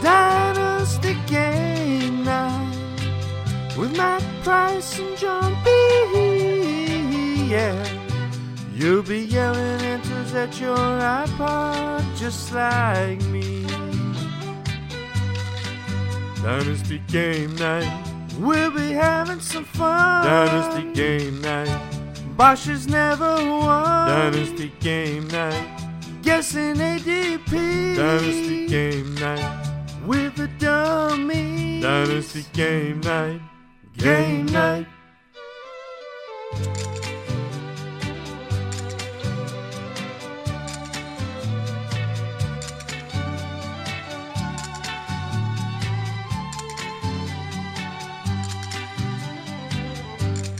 Speaker 6: Dynasty Game Night with Matt Price and John B. Yeah, you'll be yelling answers at your iPod just like me. Dynasty Game Night, we'll be having some fun. Dynasty Game Night. Bosch has never won. Dynasty game night. Guessing ADP. Dynasty game night. With the dummy. Dynasty game night. Game night.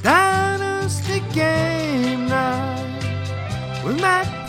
Speaker 6: Dynasty Game Night with Matt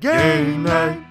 Speaker 6: Game, night.